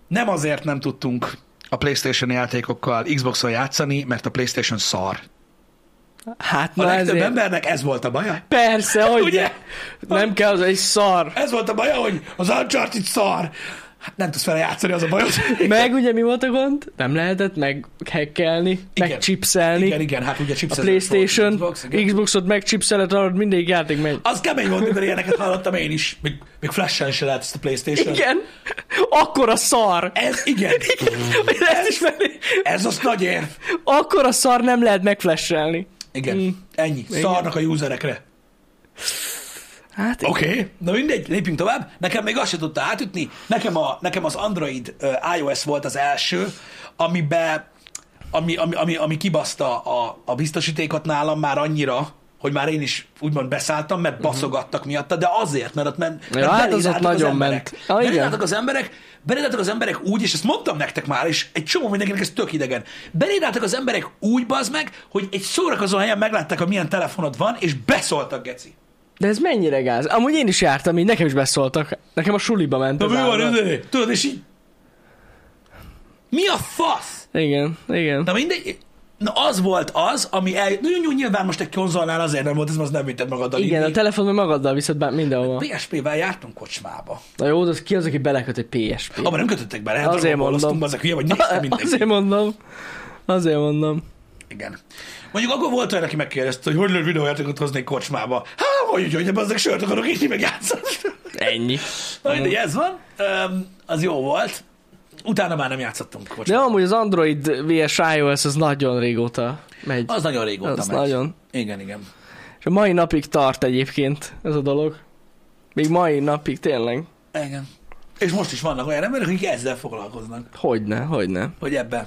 Speaker 1: nem azért nem tudtunk a Playstation játékokkal Xboxon játszani, mert a Playstation szar.
Speaker 2: Hát
Speaker 1: A
Speaker 2: na
Speaker 1: legtöbb
Speaker 2: ezért.
Speaker 1: embernek ez volt a baja.
Speaker 2: Persze, hogy
Speaker 1: Ugye?
Speaker 2: Ugye? Nem kell az egy szar.
Speaker 1: Ez volt a baja, hogy az Uncharted szar. Hát nem tudsz vele játszani, az a bajod.
Speaker 2: Meg ugye mi volt a gond? Nem lehetett meg hackelni, meg chipselni.
Speaker 1: Igen, igen, hát ugye
Speaker 2: A
Speaker 1: chipselni.
Speaker 2: Playstation,
Speaker 1: Xbox, igen.
Speaker 2: Xboxot megchipseled, arra mindig játék megy.
Speaker 1: az kemény volt, mikor ilyeneket hallottam én is. Még, még flash-en se lehet ezt a Playstation.
Speaker 2: Igen, akkora szar.
Speaker 1: Ez, igen.
Speaker 2: Ezt is meg...
Speaker 1: Ez az nagy érv.
Speaker 2: Akkora szar nem lehet megflesselni.
Speaker 1: Igen. Ennyi. Szarnak a userekre.
Speaker 2: Hát
Speaker 1: Oké, okay. na mindegy, lépjünk tovább. Nekem még azt se tudta átütni. Nekem, a, nekem az Android uh, iOS volt az első, amiben, ami, ami, ami, ami kibaszta a, a biztosítékot nálam már annyira, hogy már én is úgymond beszálltam, mert baszogattak miatta, de azért, mert ott men, mert
Speaker 2: Mhm. hát az ott
Speaker 1: belézáltak
Speaker 2: nagyon
Speaker 1: emberek.
Speaker 2: ment. Ah, igen.
Speaker 1: Belézáltak az emberek, belézáltak az emberek úgy, és ezt mondtam nektek már, és egy csomó mindenkinek ez tök idegen. Belézáltak az emberek úgy, bazd meg, hogy egy szórakozó helyen meglátták, hogy milyen telefonod van, és beszóltak, geci.
Speaker 2: De ez mennyire gáz? Amúgy én is jártam így, nekem is beszóltak. Nekem a suliba ment.
Speaker 1: Na
Speaker 2: az
Speaker 1: mi van,
Speaker 2: állat.
Speaker 1: izé? Tudod, és így... Mi a fasz?
Speaker 2: Igen, igen.
Speaker 1: Na mindegy... Na az volt az, ami el... Nagyon jó, nyilván most egy konzolnál azért nem volt, ez most nem vitted magaddal.
Speaker 2: Igen, a
Speaker 1: inni.
Speaker 2: telefon meg magaddal viszed bár mindenhova.
Speaker 1: PSP-vel jártunk kocsmába.
Speaker 2: Na jó, de az ki az, aki beleköt egy PSP?
Speaker 1: Abban nem kötöttek bele, hát
Speaker 2: Azért
Speaker 1: azért mondom.
Speaker 2: mondom.
Speaker 1: Azok hülye, vagy néztem mindenki.
Speaker 2: Azért mondom. Azért mondom.
Speaker 1: Igen. Mondjuk akkor volt olyan, aki megkérdezte, hogy hogy lehet videójátékot hozni egy kocsmába. Hát, hogy úgy, hogy ebben azok sört akarok inni, meg játszani.
Speaker 2: Ennyi.
Speaker 1: Na mindegy, ez van. Öm, az jó volt. Utána már nem játszottunk kocsmába.
Speaker 2: De amúgy az Android vs. iOS az nagyon régóta megy.
Speaker 1: Az nagyon régóta
Speaker 2: Az
Speaker 1: megy.
Speaker 2: nagyon.
Speaker 1: Igen, igen.
Speaker 2: És a mai napig tart egyébként ez a dolog. Még mai napig tényleg.
Speaker 1: Igen. És most is vannak olyan emberek, akik ezzel foglalkoznak,
Speaker 2: Hogyne, hogyne.
Speaker 1: hogy ebbe,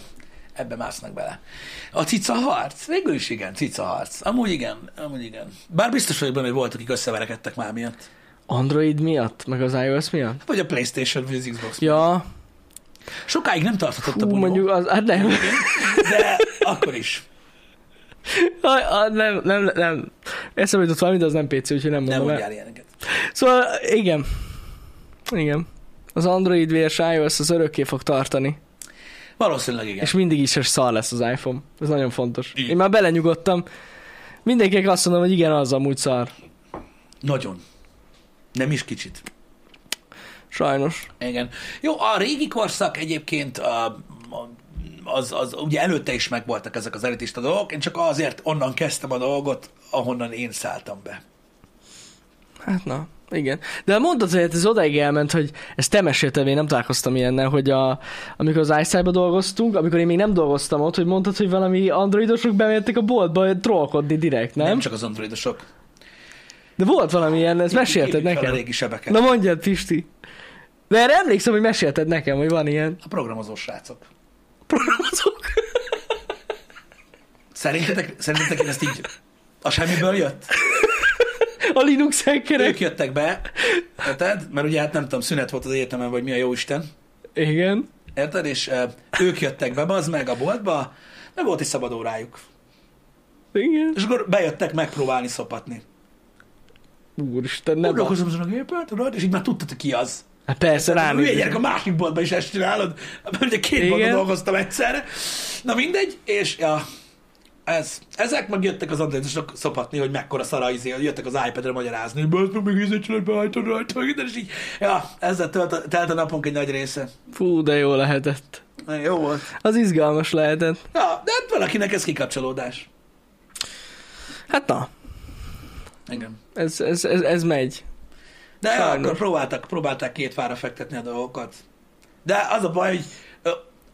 Speaker 1: ebbe másznak bele. A cica harc? Végül is igen, cica harc. Amúgy igen, amúgy igen. Bár biztos vagyok benne, hogy voltak, akik összeverekedtek már miatt.
Speaker 2: Android miatt? Meg az iOS miatt?
Speaker 1: Vagy a Playstation, vagy az Xbox.
Speaker 2: Ja,
Speaker 1: Sokáig nem tarthatott a
Speaker 2: hú,
Speaker 1: bunyó,
Speaker 2: mondjuk az, hát nem.
Speaker 1: de akkor is.
Speaker 2: Aj, ah, nem, nem, nem. Eszembe jutott valami, de az nem PC, úgyhogy nem
Speaker 1: Nem
Speaker 2: mondom el.
Speaker 1: mondjál ilyeneket.
Speaker 2: Szóval, igen. Igen. Az Android vs. iOS az örökké fog tartani. Igen.
Speaker 1: Valószínűleg igen.
Speaker 2: És mindig is szar lesz az iPhone. Ez nagyon fontos.
Speaker 1: Igen.
Speaker 2: Én már belenyugodtam. Mindenkinek azt mondom, hogy igen, az amúgy szar.
Speaker 1: Nagyon. Nem is kicsit.
Speaker 2: Sajnos.
Speaker 1: Igen. Jó, a régi korszak egyébként a, a- az, az, ugye előtte is megvoltak ezek az elitista dolgok, én csak azért onnan kezdtem a dolgot, ahonnan én szálltam be.
Speaker 2: Hát na, igen. De mondtad, hogy ez odáig elment, hogy ezt te mesélted, én nem találkoztam ilyennel, hogy a, amikor az iSci-ba dolgoztunk, amikor én még nem dolgoztam ott, hogy mondtad, hogy valami androidosok bementek a boltba trollkodni direkt,
Speaker 1: Nem,
Speaker 2: nem?
Speaker 1: nem
Speaker 2: nem
Speaker 1: csak az androidosok.
Speaker 2: De volt valami ilyen, ezt mesélted
Speaker 1: Képük fel A
Speaker 2: nekem.
Speaker 1: régi sebeket.
Speaker 2: Na mondjad, Pisti. De erre emlékszem, hogy mesélted nekem, hogy van ilyen
Speaker 1: A programozó srácok.
Speaker 2: programozók.
Speaker 1: Szerintetek, szerintetek én ezt így a semmiből jött?
Speaker 2: A Linux hackerek.
Speaker 1: Ők jöttek be, érted? Mert ugye hát nem tudom, szünet volt az egyetemen, vagy mi a jó Isten.
Speaker 2: Igen.
Speaker 1: Érted? És e, ők jöttek be, az meg a boltba, nem volt egy szabad órájuk.
Speaker 2: Igen.
Speaker 1: És akkor bejöttek megpróbálni szopatni.
Speaker 2: Úristen, nem. van.
Speaker 1: Gondolkozom azon a gépen, tudod, és így már tudtad, hogy ki az.
Speaker 2: Hát persze,
Speaker 1: Rám
Speaker 2: rám
Speaker 1: Hülye
Speaker 2: így.
Speaker 1: gyerek, a másik boltban is ezt csinálod, mert ugye két boltban
Speaker 2: Igen.
Speaker 1: dolgoztam egyszerre. Na mindegy, és ja, ez. Ezek meg jöttek az androidosok szopatni, hogy mekkora szara izé, jöttek az iPad-re magyarázni, hogy bazd meg még ízét csinálj, behajtod rajta, minden, és így, ja, ezzel tölt a, telt a napunk egy nagy része.
Speaker 2: Fú, de jó lehetett.
Speaker 1: Nagyon Jó volt.
Speaker 2: Az izgalmas lehetett.
Speaker 1: Ja, de hát valakinek ez kikapcsolódás.
Speaker 2: Hát na,
Speaker 1: Igen.
Speaker 2: ez, ez, ez, ez megy.
Speaker 1: De
Speaker 2: Sajnos.
Speaker 1: akkor próbáltak, próbálták két fára fektetni a dolgokat. De az a baj, hogy ö,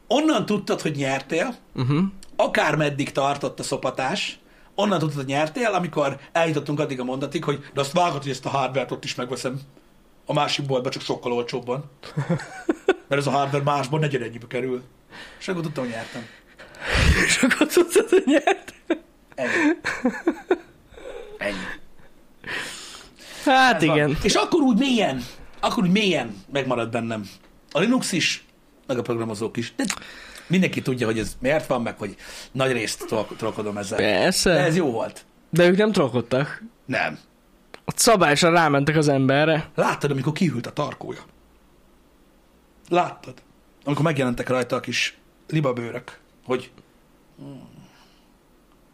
Speaker 1: onnan tudtad, hogy nyertél,
Speaker 2: Uh-huh.
Speaker 1: akármeddig tartott a szopatás, onnan tudtad, hogy nyertél, amikor eljutottunk addig a mondatig, hogy de azt vágod, hogy ezt a hardvert ott is megveszem a másik boltban, csak sokkal olcsóbban. Mert ez a hardware másban negyed ennyibe kerül. És akkor tudtam, hogy nyertem.
Speaker 2: És akkor tudtad, hogy nyert?
Speaker 1: Ennyi. Ennyi.
Speaker 2: Hát
Speaker 1: Ez van.
Speaker 2: igen.
Speaker 1: És akkor úgy mélyen, akkor úgy mélyen megmarad bennem. A Linux is, meg a programozók is. De mindenki tudja, hogy ez miért van, meg hogy nagy részt troll- trollkodom ezzel. De
Speaker 2: Persze.
Speaker 1: ez jó volt.
Speaker 2: De ők nem trollkodtak.
Speaker 1: Nem.
Speaker 2: Ott szabályosan rámentek az emberre.
Speaker 1: Láttad, amikor kihűlt a tarkója? Láttad? Amikor megjelentek rajta a kis libabőrök, hogy "Mm,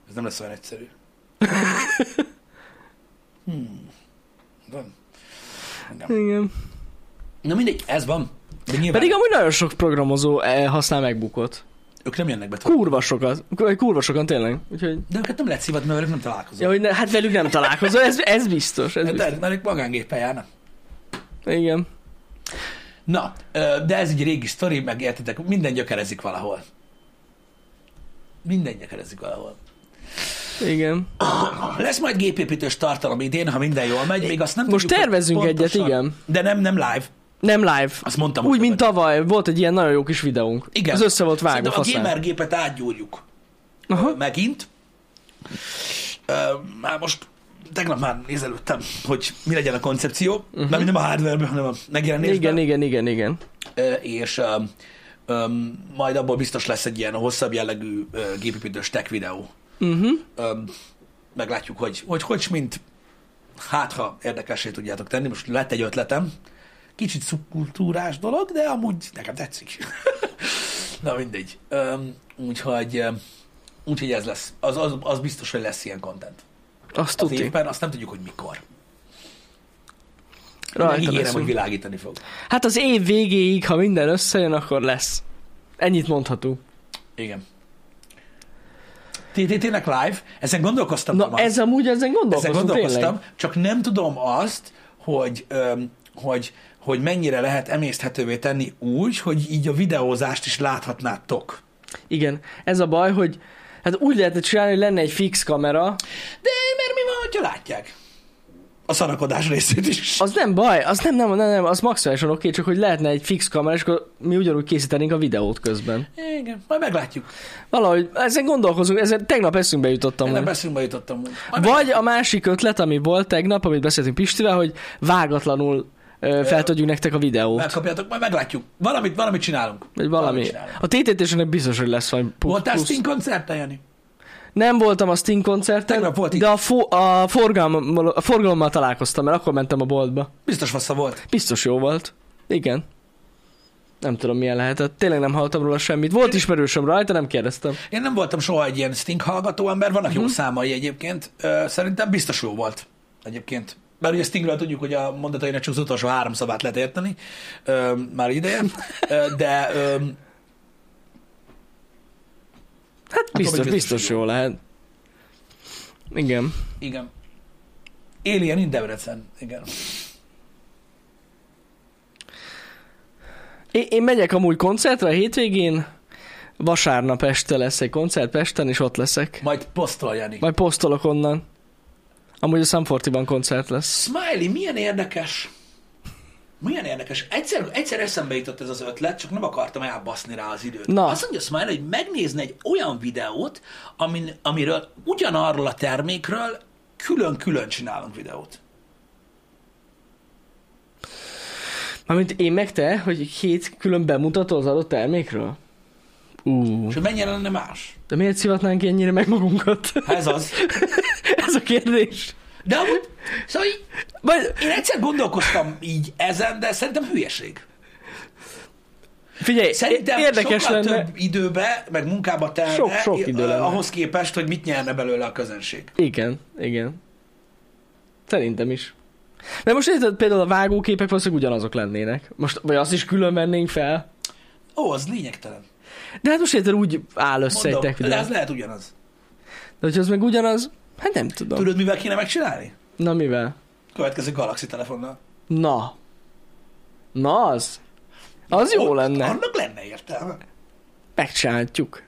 Speaker 1: ez nem lesz olyan egyszerű. Hmm. Van. Igen.
Speaker 2: Igen.
Speaker 1: Na mindegy, ez van. De nyilván
Speaker 2: Pedig amúgy nagyon sok programozó eh, használ megbukott.
Speaker 1: ők nem jönnek be.
Speaker 2: Kurva sokat. K- Kurva sokan tényleg. Úgyhogy...
Speaker 1: De őket nem lehet szivatni, mert velük nem találkozom.
Speaker 2: Ja, hogy ne, hát velük nem találkozol, ez, ez biztos. Ez biztos.
Speaker 1: de, mert ők magángéppel járnak.
Speaker 2: Igen.
Speaker 1: Na, ö, de ez egy régi sztori, meg értitek, minden gyökerezik valahol. Minden gyökerezik valahol.
Speaker 2: Igen.
Speaker 1: Lesz majd gépépítős tartalom idén, ha minden jól megy, még azt nem
Speaker 2: Most
Speaker 1: tudjuk, hogy
Speaker 2: tervezzünk
Speaker 1: pontosan,
Speaker 2: egyet, igen.
Speaker 1: De nem, nem live.
Speaker 2: Nem live.
Speaker 1: Azt mondtam.
Speaker 2: Úgy,
Speaker 1: hogy-
Speaker 2: mint tavaly, volt egy ilyen nagyon jó kis videónk.
Speaker 1: Igen.
Speaker 2: Az össze volt vágva
Speaker 1: Szerintem a
Speaker 2: faszán.
Speaker 1: gamer gépet átgyúrjuk.
Speaker 2: Aha.
Speaker 1: megint. Ö, Már most tegnap már nézelődtem, hogy mi legyen a koncepció, uh-huh. mert nem a hardware hanem a megjelenésben.
Speaker 2: Mhm. Igen, igen, igen, igen.
Speaker 1: Ö, és öm, öm, majd abból biztos lesz egy ilyen hosszabb jellegű ö, gépépítős tech videó.
Speaker 2: Uh-huh.
Speaker 1: Öm, meglátjuk, hogy hogy, hogy s mint hát, ha érdekessé tudjátok tenni. Most lett egy ötletem. Kicsit szubkultúrás dolog, de amúgy nekem tetszik. Na mindegy. Öm, úgyhogy, öm, úgyhogy ez lesz. Az, az, az biztos, hogy lesz ilyen content.
Speaker 2: Azt
Speaker 1: Az
Speaker 2: tudni.
Speaker 1: évben azt nem tudjuk, hogy mikor. Rajta
Speaker 2: Rajta
Speaker 1: Megígérem, hogy
Speaker 2: leszünk.
Speaker 1: világítani fog.
Speaker 2: Hát az év végéig, ha minden összejön, akkor lesz. Ennyit mondhatunk.
Speaker 1: Igen. Té- té- Tényleg live, ezen gondolkoztam.
Speaker 2: Na
Speaker 1: Tamás.
Speaker 2: ez amúgy, ezen
Speaker 1: ezen
Speaker 2: gondolkoztunk
Speaker 1: gondolkoztam,
Speaker 2: tényleg.
Speaker 1: tényleg. csak nem tudom azt, hogy, öm, hogy, hogy mennyire lehet emészthetővé tenni úgy, hogy így a videózást is láthatnátok.
Speaker 2: Igen, ez a baj, hogy hát úgy lehetne csinálni, hogy lenne egy fix kamera,
Speaker 1: De mert mi van, hogyha látják? A szarakodás részét is.
Speaker 2: az nem baj, az nem, nem, nem, nem az maximálisan oké, csak hogy lehetne egy fix kamera, és akkor mi ugyanúgy készítenénk a videót közben.
Speaker 1: Igen, majd meglátjuk.
Speaker 2: Valahogy ezen gondolkozunk, ezen tegnap eszünkbe jutottam.
Speaker 1: Ennek
Speaker 2: Hogy.
Speaker 1: beszélünk, jutottam. úgy. Majd
Speaker 2: Vagy a másik ötlet, ami volt tegnap, amit beszéltünk Pistivel, hogy vágatlanul ö, feltudjuk nektek a videót.
Speaker 1: megkapjátok, majd meglátjuk. Valamit, valamit csinálunk.
Speaker 2: Vagy valami.
Speaker 1: csinálunk.
Speaker 2: A ttt biztos, hogy lesz valami pu-
Speaker 1: Voltál
Speaker 2: plusz.
Speaker 1: Sting koncerten, Jani?
Speaker 2: Nem voltam a Sting koncerten,
Speaker 1: Tegnap volt itt.
Speaker 2: de a, fo- a, forgalommal, a forgalommal találkoztam, mert akkor mentem a boltba.
Speaker 1: Biztos vassza volt.
Speaker 2: Biztos jó volt. Igen. Nem tudom, milyen lehetett. Tényleg nem hallottam róla semmit. Volt ismerősöm rajta, nem kérdeztem.
Speaker 1: Én nem voltam soha egy ilyen Sting hallgató ember, vannak jó számai egyébként. Ö, Szerintem biztos jó volt egyébként. Bár ugye Stingről tudjuk, hogy a mondatainak csak az utolsó három szavát lehet érteni, ö, már ideje, Ö, de ö,
Speaker 2: Hát biztos,
Speaker 1: biztos
Speaker 2: biztos jó lehet. Igen.
Speaker 1: igen. Alien in Debrecen, igen.
Speaker 2: Én, én megyek amúgy koncertre a hétvégén. Vasárnap este lesz egy koncert Pesten, és ott leszek.
Speaker 1: Majd posztol, Jani.
Speaker 2: Majd posztolok onnan. Amúgy a Sanfortiban koncert lesz.
Speaker 1: Smiley, milyen érdekes. Milyen érdekes. Egyszer, egyszer eszembe jutott ez az ötlet, csak nem akartam elbaszni rá az időt.
Speaker 2: Na.
Speaker 1: Azt mondja Smiley, hogy megnézne egy olyan videót, amin, amiről ugyanarról a termékről külön-külön csinálunk videót.
Speaker 2: Mármint én meg te, hogy két külön bemutató az adott termékről? Ú,
Speaker 1: És hogy mennyire lenne más?
Speaker 2: de miért szivatnánk ennyire meg magunkat?
Speaker 1: Ha ez az.
Speaker 2: Ez a kérdés.
Speaker 1: De amúgy, szóval így,
Speaker 2: Majd,
Speaker 1: én egyszer gondolkoztam így ezen, de szerintem hülyeség.
Speaker 2: figyelj,
Speaker 1: Szerintem
Speaker 2: érdekes
Speaker 1: sokkal
Speaker 2: lenne.
Speaker 1: több időbe, meg munkába telne,
Speaker 2: Sok- sok idő
Speaker 1: eh,
Speaker 2: lenne.
Speaker 1: ahhoz képest, hogy mit nyerne belőle a közönség.
Speaker 2: Igen, igen. Szerintem is. De most érted, például a vágóképek valószínűleg ugyanazok lennének. Most, vagy azt is külön vennénk fel.
Speaker 1: Ó, az lényegtelen.
Speaker 2: De hát most érted úgy áll össze
Speaker 1: Mondom,
Speaker 2: egy tech videó.
Speaker 1: de ez lehet ugyanaz.
Speaker 2: De hogyha az meg ugyanaz, hát nem tudom.
Speaker 1: Tudod, mivel kéne megcsinálni?
Speaker 2: Na mivel?
Speaker 1: Következő Galaxy telefonnal.
Speaker 2: Na. Na az. Az jó
Speaker 1: Ott-
Speaker 2: lenne.
Speaker 1: Annak lenne értelme.
Speaker 2: Megcsinálhatjuk.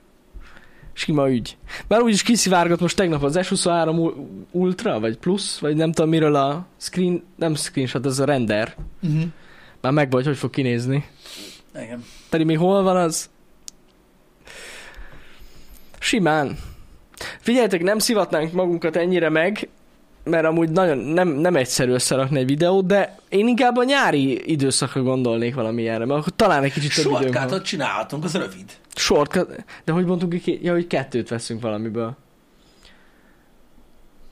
Speaker 2: Sima ügy. Bár úgyis kiszivárgott most tegnap az S23 U- Ultra, vagy Plus, vagy nem tudom miről a screen, nem screenshot, ez a render.
Speaker 1: Uh-huh.
Speaker 2: Már meg vagy, hogy fog kinézni.
Speaker 1: Igen.
Speaker 2: Pedig még hol van az? Simán. Figyeljetek, nem szivatnánk magunkat ennyire meg, mert amúgy nagyon nem, nem egyszerű összerakni egy videót, de én inkább a nyári időszakra gondolnék valami ilyenre, mert akkor talán egy kicsit több időnk van.
Speaker 1: Shortcutot csinálhatunk, az rövid.
Speaker 2: Shortcut. De hogy mondtuk ki? ki- Ja, hogy kettőt veszünk valamiből.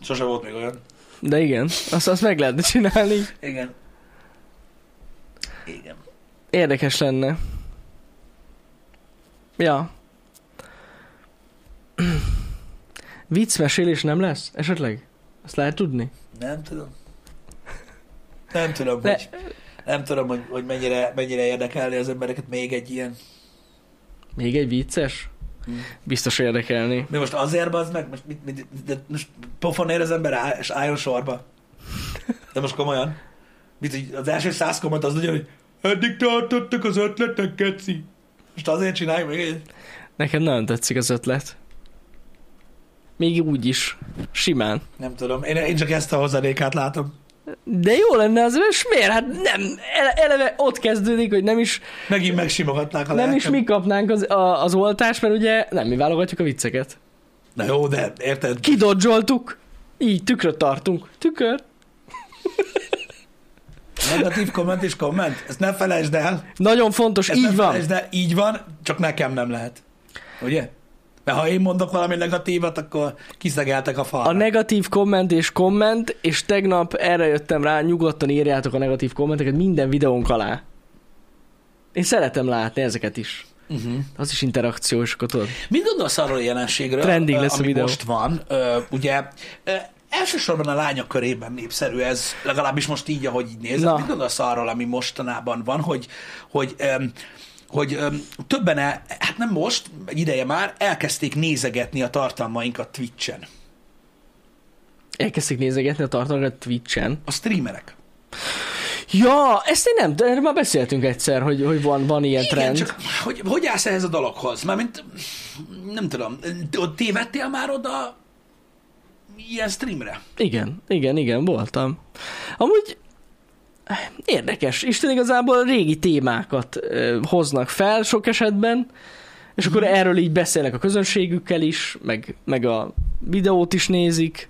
Speaker 1: Sose volt még olyan.
Speaker 2: De igen, azt, azt meg lehetne csinálni.
Speaker 1: Igen. Igen.
Speaker 2: Érdekes lenne. Ja. Viccmesélés nem lesz? Esetleg? Azt lehet tudni?
Speaker 1: Nem tudom. Nem tudom,
Speaker 2: Le-
Speaker 1: hogy, nem tudom, hogy, hogy mennyire, mennyire érdekelni az embereket még egy ilyen.
Speaker 2: Még egy vicces?
Speaker 1: Hm.
Speaker 2: Biztos érdekelni.
Speaker 1: Mi most azért bazd meg, most, mit, mit, de most pofon ér az ember áll, és álljon sorba. De most komolyan. Mit, hogy az első száz komment az nagyon, hogy eddig tartottak az ötletek, keci. Most azért csinálj még egy.
Speaker 2: Nekem nagyon tetszik az ötlet. Még úgy is. Simán.
Speaker 1: Nem tudom, én, én csak ezt a hozadékát látom.
Speaker 2: De jó lenne az, és miért? Hát nem, ele- eleve ott kezdődik, hogy nem is
Speaker 1: Megint megsimogatnák a
Speaker 2: Nem is
Speaker 1: lelkem.
Speaker 2: mi kapnánk az, a, az oltást, mert ugye nem mi válogatjuk a vicceket.
Speaker 1: Na jó, de érted?
Speaker 2: Kidodzsoltuk, így tükröt tartunk. Tükör.
Speaker 1: Negatív komment és komment. Ezt ne felejtsd el.
Speaker 2: Nagyon fontos,
Speaker 1: Ezt ne
Speaker 2: így van.
Speaker 1: felejtsd el. Így van, csak nekem nem lehet. Ugye? Mert ha én mondok valami negatívat, akkor kiszegeltek a falra.
Speaker 2: A negatív komment és komment, és tegnap erre jöttem rá, nyugodtan írjátok a negatív kommenteket minden videónk alá. Én szeretem látni ezeket is.
Speaker 1: uh-huh.
Speaker 2: Az is interakció, és akkor tudod.
Speaker 1: Mit gondolsz arról a jelenségről,
Speaker 2: Trending
Speaker 1: ö,
Speaker 2: lesz a
Speaker 1: ami
Speaker 2: videó.
Speaker 1: most van? Ö, Ugye ö, elsősorban a lányok körében népszerű ez, legalábbis most így, ahogy így nézed.
Speaker 2: Na.
Speaker 1: Mit gondolsz arról, ami mostanában van, hogy, hogy, öm, hogy öm, többen, el, hát nem most, egy ideje már, elkezdték nézegetni a tartalmainkat Twitch-en.
Speaker 2: Elkezdték nézegetni a tartalmakat Twitch-en.
Speaker 1: A streamerek.
Speaker 2: Ja, ezt én nem, de erről már beszéltünk egyszer, hogy, hogy van, van ilyen
Speaker 1: Igen,
Speaker 2: trend.
Speaker 1: csak hogy, hogy állsz ehhez a dologhoz? Mármint, nem tudom, ott tévedtél már oda ilyen streamre?
Speaker 2: Igen, igen, igen, voltam. Amúgy eh, érdekes, Isten igazából régi témákat ö, hoznak fel sok esetben, és akkor erről így beszélnek a közönségükkel is, meg, meg a videót is nézik.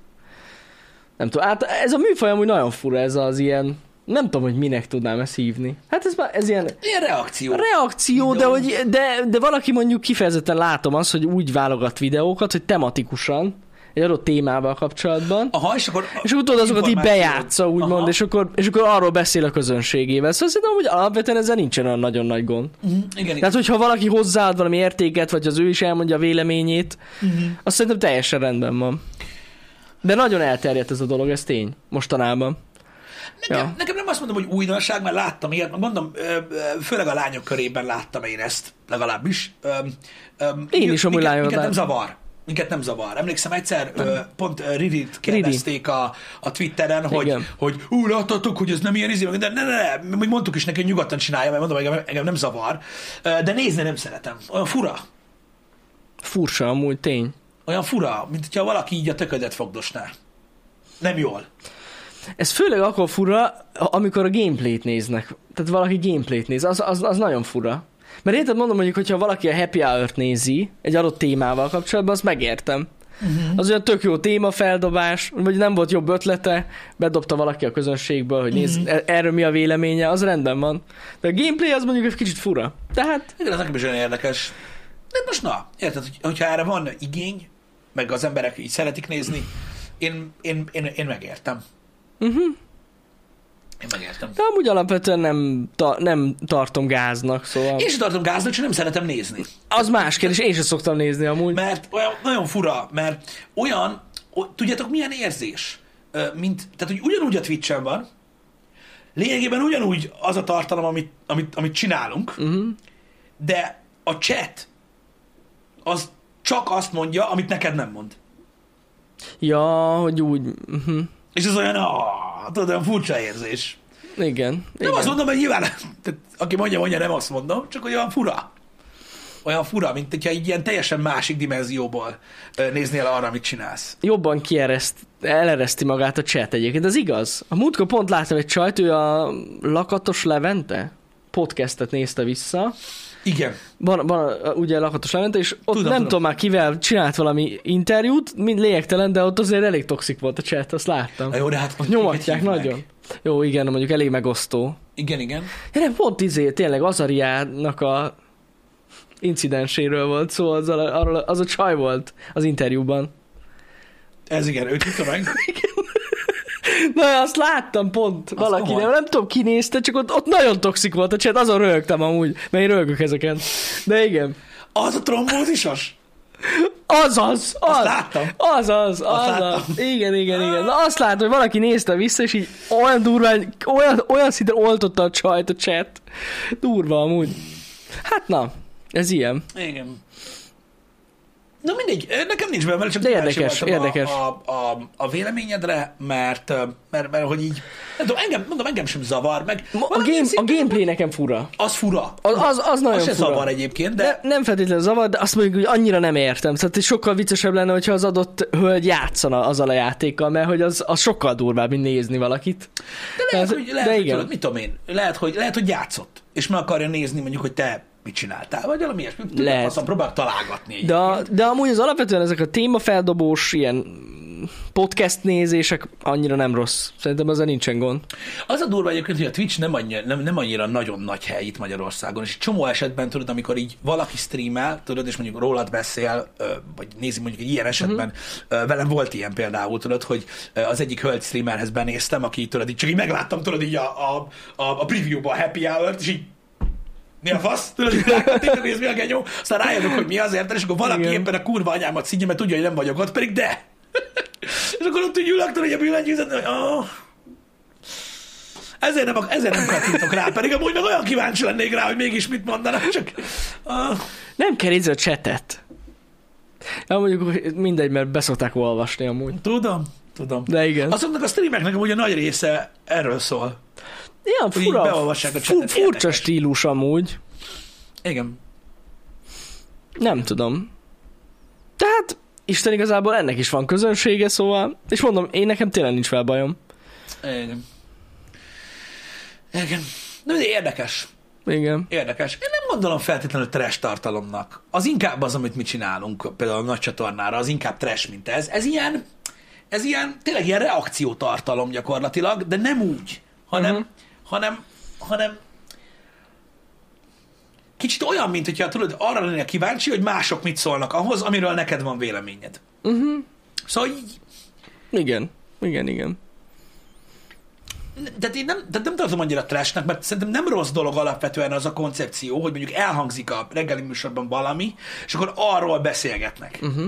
Speaker 2: Nem tudom, hát ez a műfaj amúgy nagyon fura, ez az ilyen, nem tudom, hogy minek tudnám ezt hívni. Hát ez, már, ez ilyen
Speaker 1: Ilyen reakció.
Speaker 2: reakció, de,
Speaker 1: Videó.
Speaker 2: hogy, de, de valaki mondjuk kifejezetten látom azt, hogy úgy válogat videókat, hogy tematikusan, egy adott témával kapcsolatban,
Speaker 1: Aha, és akkor...
Speaker 2: és akkor tudod, azokat így
Speaker 1: információt.
Speaker 2: bejátsza, úgymond,
Speaker 1: Aha.
Speaker 2: és akkor, és akkor arról beszél a közönségével. Szóval szerintem, hogy alapvetően ezzel nincsen olyan nagyon nagy gond.
Speaker 1: Mhm, Igen, igen.
Speaker 2: Tehát, hogyha valaki hozzáad valami értéket, vagy az ő is elmondja a véleményét, uh-huh. azt szerintem teljesen rendben van. De nagyon elterjedt ez a dolog, ez tény, mostanában.
Speaker 1: Nekem,
Speaker 2: ja.
Speaker 1: nekem nem azt mondom, hogy újdonság, mert láttam ilyet, mert mondom, ö, ö, főleg a lányok körében láttam én ezt, legalábbis. Ö, ö,
Speaker 2: Én
Speaker 1: mi-
Speaker 2: is amúgy
Speaker 1: minket-
Speaker 2: lányok
Speaker 1: Minket nem
Speaker 2: láttam.
Speaker 1: zavar. Minket nem zavar. Emlékszem egyszer, ö, pont ö, Ririt kérdezték a, a Twitteren, hogy,
Speaker 2: Igen.
Speaker 1: hogy ú, láttatok, hogy ez nem ilyen izé, meg minden." de ne, ne, ne, mi mondtuk is neki, hogy nyugodtan csinálja, mert mondom, engem, engem nem zavar, Ö, de nézni nem szeretem. Olyan fura.
Speaker 2: Furcsa amúgy, tény.
Speaker 1: Olyan fura, mint hogyha valaki így a töködet fogdosná. Nem jól.
Speaker 2: Ez főleg akkor fura, amikor a gameplayt néznek. Tehát valaki gameplayt néz, az, az, az nagyon fura. Mert érted, mondom mondjuk, hogyha valaki a Happy Hour-t nézi egy adott témával kapcsolatban, azt megértem.
Speaker 1: Mhm.
Speaker 2: Uh-huh. Az olyan tök jó téma, feldobás, vagy nem volt jobb ötlete, bedobta valaki a közönségből, hogy nézd,
Speaker 1: Mhm.
Speaker 2: uh-huh. erről mi a véleménye, az rendben van. De a gameplay az mondjuk egy kicsit fura. hát, Tehát,
Speaker 1: Igen, ez nekem is olyan érdekes. De most na, érted, hogy, hogyha erre van igény, meg az emberek így szeretik nézni, én, én, én, én megértem. Uh-huh. Én megértem.
Speaker 2: de amúgy alapvetően nem, ta, nem tartom gáznak, szóval...
Speaker 1: Én sem tartom gáznak, csak nem szeretem nézni.
Speaker 2: Az más kérdés, én sem szoktam nézni amúgy.
Speaker 1: Mert olyan, nagyon fura, mert olyan, o- tudjátok milyen érzés? Ö, Mint, tehát, hogy ugyanúgy a Twitch-en van, lényegében ugyanúgy az a tartalom, amit, amit, amit csinálunk, uh-huh. de a chat az csak azt mondja, amit neked nem mond.
Speaker 2: Ja, hogy úgy... Uh-huh.
Speaker 1: És ez olyan, ah, tudod, olyan furcsa érzés.
Speaker 2: Igen.
Speaker 1: Nem
Speaker 2: igen.
Speaker 1: azt mondom, hogy nyilván, tehát, aki mondja, mondja, nem azt mondom, csak olyan fura. Olyan fura, mint hogyha így ilyen teljesen másik dimenzióból ö, néznél arra, amit csinálsz.
Speaker 2: jobban kiereszt, elereszti magát a chat egyébként. Ez igaz. A múltkor pont láttam egy csajt, ő a Lakatos Levente podcastet nézte vissza.
Speaker 1: Igen.
Speaker 2: Van, van a- ugye Lakatos Levente, és ott
Speaker 1: Tudom,
Speaker 2: tudom, nem
Speaker 1: tudom.
Speaker 2: tudom. tudom már kivel csinált valami interjút, mind lényegtelen, de ott azért elég toxik volt a chat, azt láttam.
Speaker 1: Na jó, de hát...
Speaker 2: Nyomatják
Speaker 1: hívnak.
Speaker 2: nagyon. Jó, igen, mondjuk elég megosztó.
Speaker 1: Igen, igen.
Speaker 2: Ja, nem, pont izé, tényleg Azariának a incidenséről volt szó, az a, arról, az a csaj volt az interjúban.
Speaker 1: Ez igen, ő tudta meg.
Speaker 2: Na, azt láttam pont az valaki,
Speaker 1: komoly.
Speaker 2: de nem tudom, ki nézte, csak ott, ott nagyon toxik volt a chat, azon röhögtem amúgy, mert én röhögök ezeken. De igen.
Speaker 1: Az a trombózisos?
Speaker 2: Azaz, az,
Speaker 1: Azt láttam.
Speaker 2: azaz, azaz,
Speaker 1: láttam.
Speaker 2: igen, igen, igen. Na azt látom, hogy valaki nézte vissza, és így olyan durván, olyan, olyan szinten oltotta a csajt a chat. Durva amúgy. Hát na, ez ilyen.
Speaker 1: Igen. Na mindegy, ö, nekem nincs benne, csak
Speaker 2: De
Speaker 1: kíváncsi
Speaker 2: érdekes,
Speaker 1: voltam
Speaker 2: érdekes.
Speaker 1: A, a, a, a, véleményedre, mert, ö, mert, mert, hogy így, nem tudom, engem, mondom, engem sem zavar, meg
Speaker 2: Ma- A,
Speaker 1: valamilyen
Speaker 2: game, a
Speaker 1: szinten
Speaker 2: gameplay nekem fura.
Speaker 1: az fura.
Speaker 2: Az, az, az nagyon
Speaker 1: Az se
Speaker 2: fura.
Speaker 1: zavar egyébként, de,
Speaker 2: De... Nem feltétlenül zavar, de azt mondjuk, hogy annyira nem értem. Tehát sokkal viccesebb lenne, hogyha az adott hölgy játszana azzal a játékkal, mert hogy az, az sokkal durvább, mint nézni valakit.
Speaker 1: De lehet,
Speaker 2: Tehát-
Speaker 1: hogy, lehet,
Speaker 2: de
Speaker 1: hogy
Speaker 2: igen.
Speaker 1: tudod, mit tudom én, lehet hogy, lehet, hogy játszott, és meg akarja nézni mondjuk, hogy te mit csináltál, vagy valami ilyesmi. Tudom,
Speaker 2: Lehet.
Speaker 1: Aztán próbálok találgatni.
Speaker 2: De, a- de amúgy az alapvetően ezek a témafeldobós, ilyen podcast nézések annyira nem rossz. Szerintem ezzel nincsen gond.
Speaker 1: Az a durva egyébként, hogy a Twitch nem annyira, nem, nem annyira nagyon nagy hely itt Magyarországon, és egy csomó esetben, tudod, amikor így valaki streamel, tudod, és mondjuk rólad beszél, ö, vagy nézi mondjuk egy ilyen esetben, uh-huh. velem volt ilyen például, tudod, hogy ö, az egyik hölgy streamerhez benéztem, aki tudod, így csak így megláttam, tudod, így a, a, a, a preview-ban a happy hour-t, és így mi a fasz? Tudod, hogy látjátok, nézd, mi a genyó? Aztán rájövök, hogy mi azért, és akkor valaki Igen.
Speaker 2: Igen.
Speaker 1: éppen a kurva anyámat szidja, mert tudja, hogy nem vagyok ott, pedig de. és akkor ott úgy ülök, tudod, hogy a billentyűzet, hogy oh. Ezért nem, ezért nem kattintok rá, pedig amúgy meg olyan kíváncsi lennék rá, hogy mégis mit mondanak, csak... Uh,
Speaker 2: Nem kell nézni a csetet. Ja, mondjuk hogy mindegy, mert beszokták olvasni amúgy.
Speaker 1: tudom, tudom.
Speaker 2: De igen. Az
Speaker 1: Azoknak a streameknek amúgy a nagy része erről szól.
Speaker 2: ilyen
Speaker 1: hogy így
Speaker 2: fura,
Speaker 1: beolvassák a
Speaker 2: fu-
Speaker 1: chatet,
Speaker 2: furcsa
Speaker 1: érdekes.
Speaker 2: stílus amúgy.
Speaker 1: Igen.
Speaker 2: Nem tudom. Tehát Isten igazából ennek is van közönsége, szóval, és mondom, én nekem tényleg nincs fel bajom.
Speaker 1: Igen. Igen. Na, de érdekes.
Speaker 2: Igen.
Speaker 1: Érdekes. Én nem gondolom feltétlenül trash tartalomnak. Az inkább az, amit mi csinálunk, például a nagy csatornára, az inkább trash, mint ez. Ez ilyen, ez ilyen, tényleg ilyen reakciótartalom gyakorlatilag, de nem úgy, hanem, uh-huh.
Speaker 2: Mhm.
Speaker 1: hanem, hanem kicsit olyan, mint hogyha tudod, arra lennél kíváncsi, hogy mások mit szólnak ahhoz, amiről neked van véleményed. Uh-huh. Szóval így,
Speaker 2: Igen. Igen, igen.
Speaker 1: tehát én nem, tehát nem tartom annyira trashnek, mert szerintem nem rossz dolog alapvetően az a koncepció, hogy mondjuk elhangzik a reggeli műsorban valami, és akkor arról beszélgetnek. Uh-huh.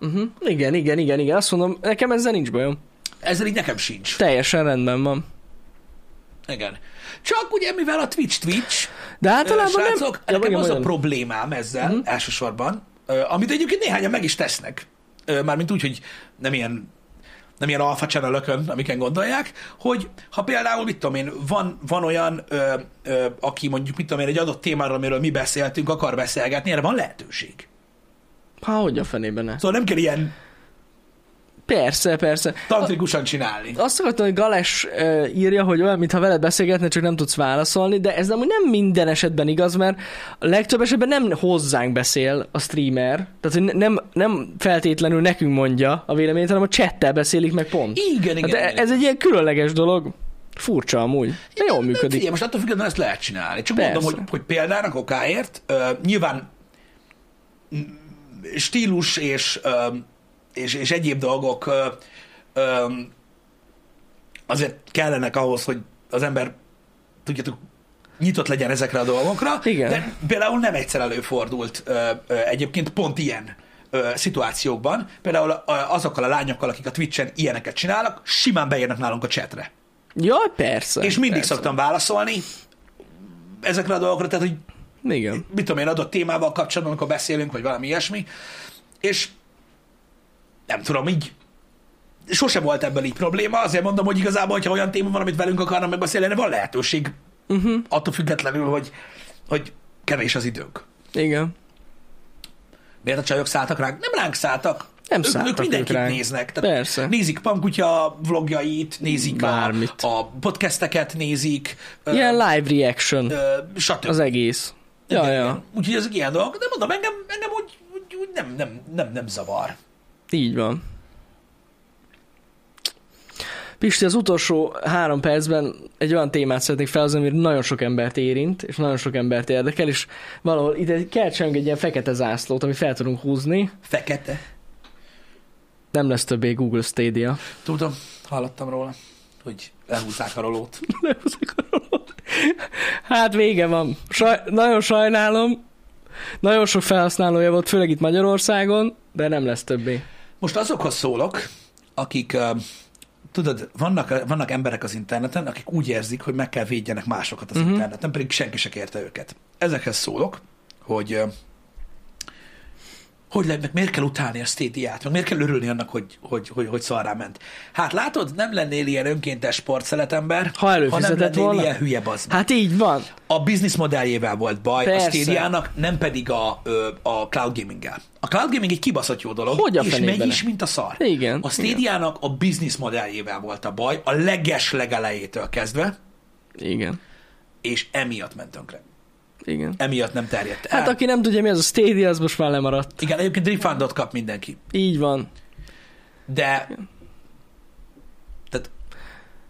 Speaker 2: Uh-huh. Igen, igen, igen, igen. Azt mondom, nekem ezzel nincs bajom.
Speaker 1: Ezzel így nekem sincs.
Speaker 2: Teljesen rendben van.
Speaker 1: Igen. Csak ugye, mivel a Twitch Twitch,
Speaker 2: De
Speaker 1: Talán
Speaker 2: általában nem...
Speaker 1: srácok, Hát nem... nekem
Speaker 2: igen,
Speaker 1: az a
Speaker 2: mondjad.
Speaker 1: problémám ezzel uh-huh. elsősorban, ö, amit egyébként néhányan meg is tesznek, ö, mármint úgy, hogy nem ilyen nem ilyen alfa channelökön, amiken gondolják, hogy ha például, mit tudom én, van, van olyan, ö, ö, aki mondjuk, mit tudom én, egy adott témáról, amiről mi beszéltünk, akar beszélgetni, erre van lehetőség.
Speaker 2: Há, hogy a fenében ne.
Speaker 1: Szóval nem kell ilyen
Speaker 2: Persze, persze.
Speaker 1: tantrikusan csinálni.
Speaker 2: Azt akartam, hogy Gales ö, írja, hogy olyan, mintha veled beszélgetne, csak nem tudsz válaszolni, de ez amúgy nem minden esetben igaz, mert a legtöbb esetben nem hozzánk beszél a streamer, tehát hogy ne- nem, nem feltétlenül nekünk mondja a véleményét, hanem a chattel beszélik meg pont.
Speaker 1: Igen, igen.
Speaker 2: Hát
Speaker 1: igen,
Speaker 2: e- ez egy ilyen különleges dolog. Furcsa amúgy. De jól működik.
Speaker 1: Figyelj, most attól függetlenül ezt lehet csinálni. Csak
Speaker 2: Persze.
Speaker 1: mondom, hogy, hogy példának okáért ö, nyilván mm, stílus és, ö, és, és egyéb dolgok ö, ö, azért kellenek ahhoz, hogy az ember, tudjátok, nyitott legyen ezekre a dolgokra.
Speaker 2: Igen.
Speaker 1: De például nem egyszer előfordult ö, ö, egyébként pont ilyen ö, szituációkban. Például a- azokkal a lányokkal, akik a Twitch-en ilyeneket csinálnak, simán beérnek nálunk a chatre.
Speaker 2: Jaj, persze.
Speaker 1: És mindig
Speaker 2: persze.
Speaker 1: szoktam válaszolni ezekre a dolgokra, tehát hogy
Speaker 2: Igen.
Speaker 1: mit tudom én, adott témával kapcsolatban, amikor beszélünk, vagy valami ilyesmi, és nem tudom, így sose volt ebből így probléma, azért mondom, hogy igazából, hogyha olyan téma van, amit velünk akarnak megbeszélni, erre van lehetőség,
Speaker 2: Mhm.
Speaker 1: uh-huh. attól függetlenül, hogy, hogy kevés az időnk.
Speaker 2: Igen.
Speaker 1: Miért a csajok szálltak ránk? Nem ránk szálltak.
Speaker 2: Nem
Speaker 1: ők,
Speaker 2: szálltak
Speaker 1: ők
Speaker 2: ők
Speaker 1: mindenkit
Speaker 2: ránk.
Speaker 1: néznek.
Speaker 2: Persze.
Speaker 1: Nézik Pankutya vlogjait, nézik a,
Speaker 2: Bármit.
Speaker 1: a podcasteket, nézik, ö,
Speaker 2: Ilyen live reaction
Speaker 1: ö, stb.
Speaker 2: az egész. Ja,
Speaker 1: Igen,
Speaker 2: ja,
Speaker 1: igen. Úgyhogy ezek ilyen dolgok, de mondom, engem, engem úgy, úgy, úgy nem, nem, nem, nem zavar.
Speaker 2: így van. Pisti, az utolsó három percben egy olyan témát szeretnék felhozni, ami nagyon sok embert érint, és nagyon sok embert érdekel, és valahol ide kell csöng egy ilyen fekete zászlót, ami fel tudunk húzni.
Speaker 1: Fekete.
Speaker 2: Nem lesz többé Google Stadia.
Speaker 1: Tudom, hallottam róla, hogy elhúzzák a rolót.
Speaker 2: Hát vége van. Saj, nagyon sajnálom. Nagyon sok felhasználója volt, főleg itt Magyarországon, de nem lesz többé.
Speaker 1: Most azokhoz szólok, akik, ö, tudod, vannak, vannak emberek az interneten, akik úgy érzik, hogy meg kell védjenek másokat az
Speaker 2: Mhm.
Speaker 1: uh-huh. interneten, pedig senki se kérte őket. Ezekhez szólok, hogy ö, hogy lehet, meg miért kell utálni a stédiát, meg miért kell örülni annak, hogy, hogy, hogy, hogy szarrá ment. Hát látod, nem lennél ilyen önkéntes sportszeletember,
Speaker 2: Ha
Speaker 1: nem
Speaker 2: előfizetett
Speaker 1: lennél
Speaker 2: volna.
Speaker 1: ilyen hülye bazd.
Speaker 2: Hát így van.
Speaker 1: A business modelljével volt baj
Speaker 2: Persze.
Speaker 1: Persze. a Stadia-nak, nem pedig a, ö, a cloud gaminggel. A cloud gaming egy kibaszott jó dolog,
Speaker 2: Hogy a
Speaker 1: és
Speaker 2: fenében
Speaker 1: megy
Speaker 2: ne?
Speaker 1: is, mint a szar.
Speaker 2: Igen,
Speaker 1: A Stadia-nak a business modelljével volt a baj, a leges legelejétől kezdve,
Speaker 2: Igen.
Speaker 1: és emiatt ment tönkre.
Speaker 2: Igen.
Speaker 1: Emiatt nem terjedt el.
Speaker 2: Hát aki nem tudja, mi az a Stadia, az most már lemaradt.
Speaker 1: Igen, egyébként refundot kap mindenki,
Speaker 2: Így van.
Speaker 1: de tehát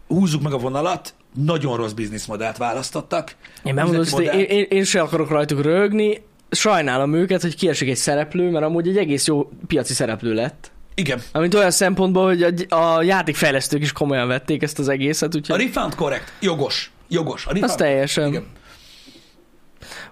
Speaker 1: húzzuk meg a vonalat, nagyon rossz business modellt választottak.
Speaker 2: Én megmondom,
Speaker 1: Üzleti
Speaker 2: hogy én, én, én se akarok rajtuk rögni. Sajnálom őket, hogy kiesik egy szereplő, mert amúgy egy egész jó piaci szereplő lett.
Speaker 1: Igen,
Speaker 2: Amint olyan szempontból, hogy a, a játékfejlesztők is komolyan vették ezt az egészet,
Speaker 1: a
Speaker 2: úgyhogy...
Speaker 1: refund korrekt, jogos, jogos. A refund,
Speaker 2: Az teljesen.
Speaker 1: Igen.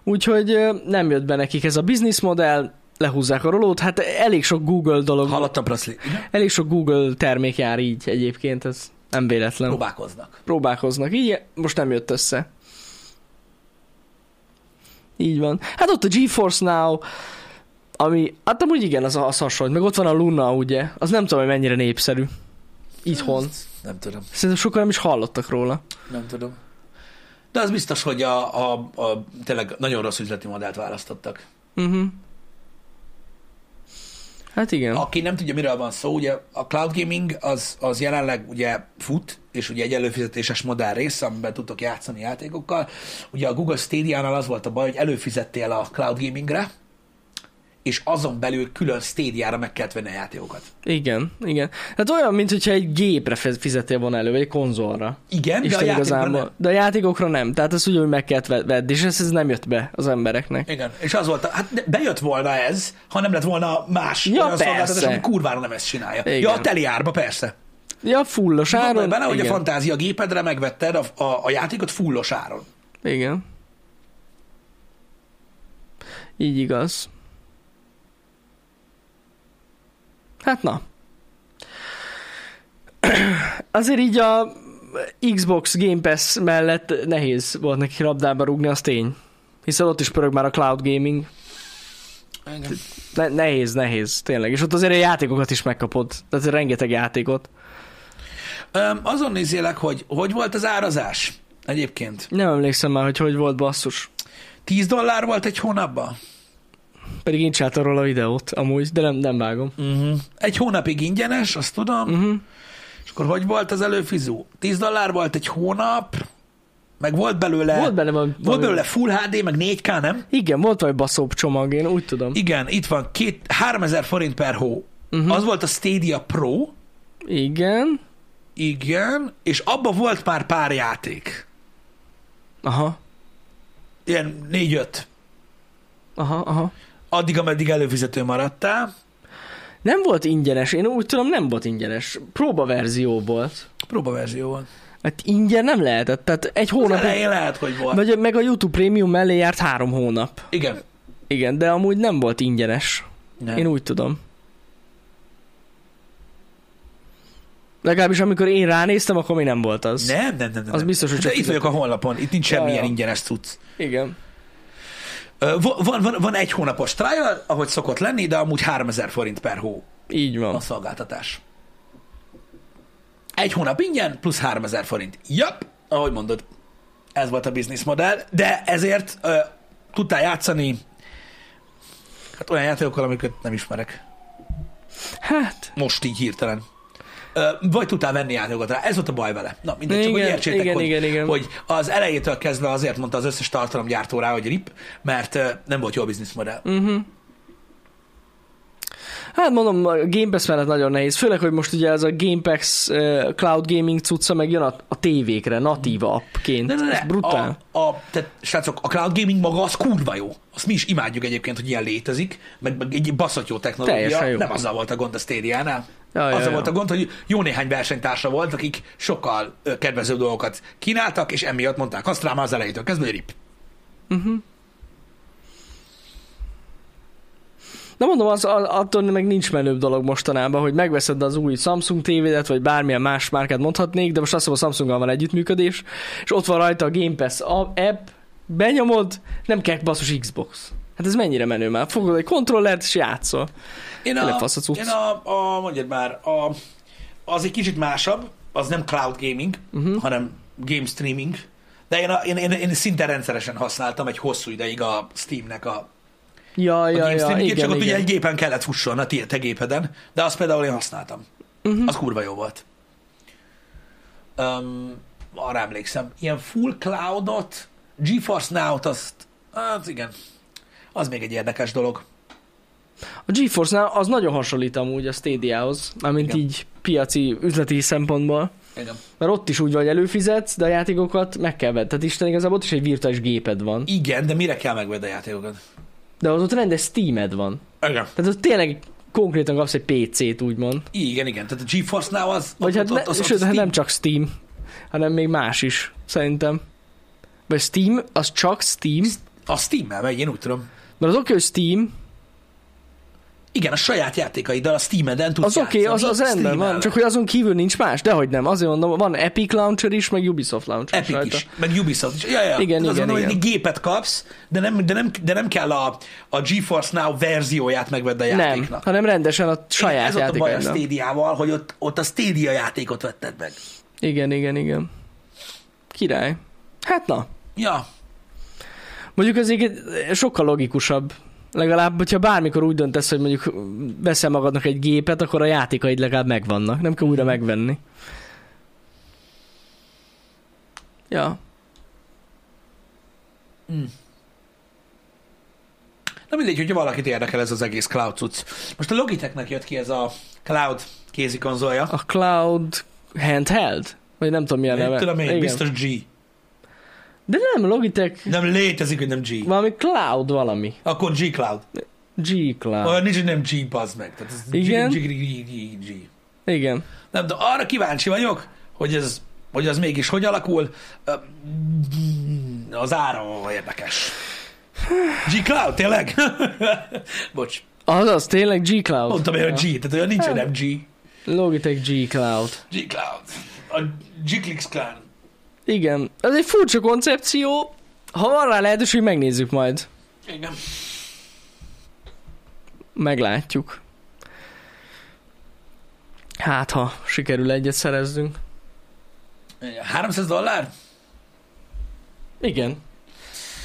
Speaker 2: Úgyhogy ö, nem jött be nekik ez a business modell, lehúzzák a rolót, hát elég sok Google dolog,
Speaker 1: Hallottam, Praszli. Igen?
Speaker 2: elég sok Google termék jár így egyébként, ez nem véletlen.
Speaker 1: próbálkoznak.
Speaker 2: Próbálkoznak, így most nem jött össze. Így van. Hát ott a GeForce Now, ami, hát amúgy igen, az, az hasonlít, meg ott van a Luna, ugye, az nem tudom, hogy mennyire népszerű. Itthon.
Speaker 1: Nem tudom,
Speaker 2: Szerintem sokan nem is hallottak róla.
Speaker 1: nem tudom. De az biztos, hogy a, a, a tényleg nagyon rossz üzleti modellt választottak.
Speaker 2: Uh-huh. Hát igen.
Speaker 1: Aki nem tudja, miről van szó, ugye a cloud gaming az, az jelenleg ugye fut, és ugye egy előfizetéses modell része, amiben tudtok játszani játékokkal. Ugye a Google Stadia-nál az volt a baj, hogy előfizettél a cloud gamingre, és azon belül külön Stadia-ra meg kellett venni a játékokat.
Speaker 2: Igen, igen. Hát olyan, mint hogyha egy gépre fe- fizettél volna elő, vagy egy konzolra.
Speaker 1: Igen, de a
Speaker 2: Isten
Speaker 1: játékban
Speaker 2: igazából.
Speaker 1: nem.
Speaker 2: De a játékokra nem. Tehát ezt úgy, hogy meg kellett ve- vedd, és ez, ez nem jött be az embereknek.
Speaker 1: Igen, és az volt, a- hát de- bejött volna ez, ha nem lett volna más
Speaker 2: Ja,
Speaker 1: olyan szolgáltatás,
Speaker 2: persze.
Speaker 1: ami kurvára nem ezt csinálja.
Speaker 2: Igen.
Speaker 1: Igen. Ja, a teliárba persze.
Speaker 2: Ja, fullos
Speaker 1: Gondolj
Speaker 2: áron.
Speaker 1: bele, hogy a
Speaker 2: igen.
Speaker 1: fantázia gépedre megvetted a, a, a játékot fullos áron.
Speaker 2: igen. Így igaz. Hát na. Azért így a Xbox Game Pass mellett nehéz volt neki labdába rúgni, az tény. Hiszen ott is pörög már a cloud gaming.
Speaker 1: Igen.
Speaker 2: Ne- nehéz, nehéz, tényleg. És ott azért a játékokat is megkapod. Tehát rengeteg játékot.
Speaker 1: Öm, azon nézélek, hogy hogy volt az árazás egyébként.
Speaker 2: Nem emlékszem már, hogy hogy volt basszus.
Speaker 1: 10 dollár volt egy hónapban?
Speaker 2: Pedig én csináltam róla videót, amúgy, de nem, nem vágom.
Speaker 1: Uh-huh. Egy hónapig ingyenes, azt tudom.
Speaker 2: Uh-huh.
Speaker 1: És akkor hogy volt az előfizú? 10 dollár volt egy hónap, meg volt belőle,
Speaker 2: Volt benne valami...
Speaker 1: volt
Speaker 2: valami-
Speaker 1: belőle full HD, meg 4K, nem?
Speaker 2: Igen, volt valami baszóbb csomag, én úgy tudom.
Speaker 1: Igen, itt van két, 3000 forint per hó.
Speaker 2: Mhm.
Speaker 1: Uh-huh. Az volt a Stadia Pro,
Speaker 2: Igen.
Speaker 1: igen, és abba volt már pár játék.
Speaker 2: Aha,
Speaker 1: Ilyen négy-öt.
Speaker 2: aha, aha.
Speaker 1: Addig, ameddig előfizető maradtál.
Speaker 2: Nem volt ingyenes, én úgy tudom, nem volt ingyenes. Próba verzió volt.
Speaker 1: Próbaverzió volt.
Speaker 2: Hát ingyen nem lehetett, tehát egy
Speaker 1: Az
Speaker 2: hónap...
Speaker 1: elején lehet, hogy volt.
Speaker 2: Vagy meg a YouTube Premium mellé járt három hónap.
Speaker 1: Igen.
Speaker 2: Igen, de amúgy nem volt ingyenes.
Speaker 1: Nem.
Speaker 2: Én úgy tudom. Legalábbis amikor én ránéztem, akkor még nem volt az.
Speaker 1: nem, nem, nem, nem.
Speaker 2: Az
Speaker 1: nem.
Speaker 2: biztos, hogy
Speaker 1: De
Speaker 2: csak
Speaker 1: itt vagyok a honlapon, itt nincs
Speaker 2: Ja,
Speaker 1: semmilyen
Speaker 2: ja.
Speaker 1: ingyenes cucc.
Speaker 2: Igen.
Speaker 1: Ö, va- Van, van, van egy hónapos trial, ahogy szokott lenni, de amúgy 3000 forint per hó
Speaker 2: Így van.
Speaker 1: a szolgáltatás. Egy hónap ingyen, plusz 3000 forint. Jap, ahogy mondod, ez volt a bizniszmodell, de ezért ö, tudtál játszani hát olyan játékokkal, amiket nem ismerek.
Speaker 2: Hát,
Speaker 1: Most így hirtelen. Ö, vagy tudtál venni játékokat rá. Ez volt a baj vele. Na, mindegy, csak hogy
Speaker 2: Igen,
Speaker 1: értsétek,
Speaker 2: igen,
Speaker 1: hogy,
Speaker 2: igen, igen.
Speaker 1: hogy az elejétől kezdve azért mondta az összes tartalomgyártó rá, hogy rip, mert ö, nem volt jó a
Speaker 2: Mm.
Speaker 1: bizniszmodell.
Speaker 2: hát mondom, a Game Pass mellett nagyon nehéz. Főleg, hogy most ugye ez a Game Pass eh, Cloud Gaming cucca megjön a, a tévékre, natív appként.
Speaker 1: De, de, de,
Speaker 2: Ez brutál.
Speaker 1: A, a, tehát, srácok, a cloud gaming maga az kurva jó. Azt mi is imádjuk egyébként, hogy ilyen létezik, meg, meg egy baszott jó technológia.
Speaker 2: Teljesen jó.
Speaker 1: Nem azzal volt a gond a Stadiánál.
Speaker 2: Ja, ja,
Speaker 1: azzal
Speaker 2: ja.
Speaker 1: volt a gond, hogy jó néhány versenytársa volt, akik sokkal ö, kedvező dolgokat kínáltak, és emiatt mondták azt rá már az elejétől kezdve, hogy rip.
Speaker 2: De mondom, az, az, attól meg nincs menőbb dolog mostanában, hogy megveszed az új Samsung tévédet, vagy bármilyen más márkát mondhatnék, de most azt mondom, a Samsunggal van együttműködés, és ott van rajta a Game Pass a- app, benyomod, nem kell basszus Xbox. Hát ez mennyire menő már? Fogod egy kontrollert, és játszol.
Speaker 1: Én
Speaker 2: Tényleg
Speaker 1: a,
Speaker 2: fasz a cucc.
Speaker 1: én a, a mondjad már, a, az egy kicsit másabb, az nem cloud gaming,
Speaker 2: Mhm.
Speaker 1: uh-huh. hanem game streaming, de én, a, én, én, én szinte rendszeresen használtam egy hosszú ideig a Steamnek a
Speaker 2: Ja,
Speaker 1: a
Speaker 2: ja,
Speaker 1: Game
Speaker 2: ja,
Speaker 1: Streaming,
Speaker 2: igen,
Speaker 1: csak ott
Speaker 2: igen.
Speaker 1: ugye egy gépen kellett fusson a ti- te gépeden, de azt például én használtam.
Speaker 2: Mhm.
Speaker 1: Uh-huh. Az kurva jó volt. Um, arra emlékszem. Ilyen full cloudot, GeForce Now-t, azt, hát igen, az még egy érdekes dolog.
Speaker 2: A GeForce-nál az nagyon hasonlít amúgy a Stadia-hoz, mármint
Speaker 1: Igen.
Speaker 2: így piaci, üzleti szempontból.
Speaker 1: Igen.
Speaker 2: Mert ott is úgy van, hogy előfizetsz, de a játékokat meg kell vedd. Tehát Isten igazából ott is egy virtuális géped van.
Speaker 1: igen, de mire kell megvenni a játékokat?
Speaker 2: De az ott rendes Steamed van.
Speaker 1: Igen.
Speaker 2: Tehát ott tényleg konkrétan kapsz egy PC-t, úgymond.
Speaker 1: Igen, igen. Tehát a GeForce Now az...
Speaker 2: Vagy hát,
Speaker 1: ott,
Speaker 2: ne,
Speaker 1: ott, ott, ott,
Speaker 2: sőt,
Speaker 1: Steam-
Speaker 2: hát nem csak Steam, hanem még más is, szerintem. Vagy Steam, az csak Steam,
Speaker 1: A Steam-mel megy, én úgy tudom.
Speaker 2: mert az oké, hogy Steam,
Speaker 1: Igen, a saját játékaiddal a Steam-eden tudsz
Speaker 2: az oké, az, az
Speaker 1: játszani,
Speaker 2: rendben van,
Speaker 1: streamelve.
Speaker 2: csak hogy azon kívül nincs más, dehogy nem, azért mondom, van Epic Launcher is, meg Ubisoft Launcher
Speaker 1: Epic
Speaker 2: rajta.
Speaker 1: is, meg Ubisoft is. Ja, ja,
Speaker 2: Igen,
Speaker 1: Tehát
Speaker 2: igen,
Speaker 1: azt mondom,
Speaker 2: igen.
Speaker 1: hogy egy gépet kapsz, de nem, de nem, de nem kell a, a GeForce Now verzióját megvedd a
Speaker 2: Nem,
Speaker 1: játéknak.
Speaker 2: hanem rendesen a saját
Speaker 1: Ez ott a baj a
Speaker 2: játékaidnak.
Speaker 1: Stadia-val, hogy ott, ott a Stadia játékot vetted meg.
Speaker 2: Igen, igen, igen. Király. Hát na,
Speaker 1: Ja,
Speaker 2: Mondjuk ez egy sokkal logikusabb. Legalább, hogyha bármikor úgy döntesz, hogy mondjuk veszel magadnak egy gépet, akkor a játékaid legalább megvannak. Nem kell újra
Speaker 1: Mhm.
Speaker 2: megvenni. Ja.
Speaker 1: Na mindegy, hogyha valakit érdekel ez az egész cloud cucc. Most a Logitechnek jött ki ez a cloud kézikonzolja.
Speaker 2: A Cloud Handheld? Vagy nem tudom mi a
Speaker 1: Nem
Speaker 2: neve.
Speaker 1: tudom én,
Speaker 2: Igen.
Speaker 1: biztos G.
Speaker 2: De nem, Logitech,
Speaker 1: Nem létezik, hogy nem G.
Speaker 2: valami Cloud valami.
Speaker 1: Akkor G Cloud.
Speaker 2: G Cloud.
Speaker 1: Olyan nincs, hogy nem G, bazd meg. Tehát ez G,
Speaker 2: Igen?
Speaker 1: G, G, G, G, G.
Speaker 2: Igen.
Speaker 1: Nem, de arra kíváncsi vagyok, hogy ez, hogy az mégis hogy alakul. Ö, mm, Az ára érdekes. G-Cloud, tényleg? Bocs,
Speaker 2: Azaz, tényleg G Cloud.
Speaker 1: mondtam én, hogy G, tehát olyan nincs, hogy nem G.
Speaker 2: Logitech G Cloud.
Speaker 1: G-Cloud. A G-Clix Clan.
Speaker 2: Igen. Ez egy furcsa koncepció. Ha van rá lehetőség, megnézzük majd.
Speaker 1: Igen.
Speaker 2: meglátjuk. Hát, ha sikerül egyet szerezzünk.
Speaker 1: Igen. 300 dollár?
Speaker 2: Igen.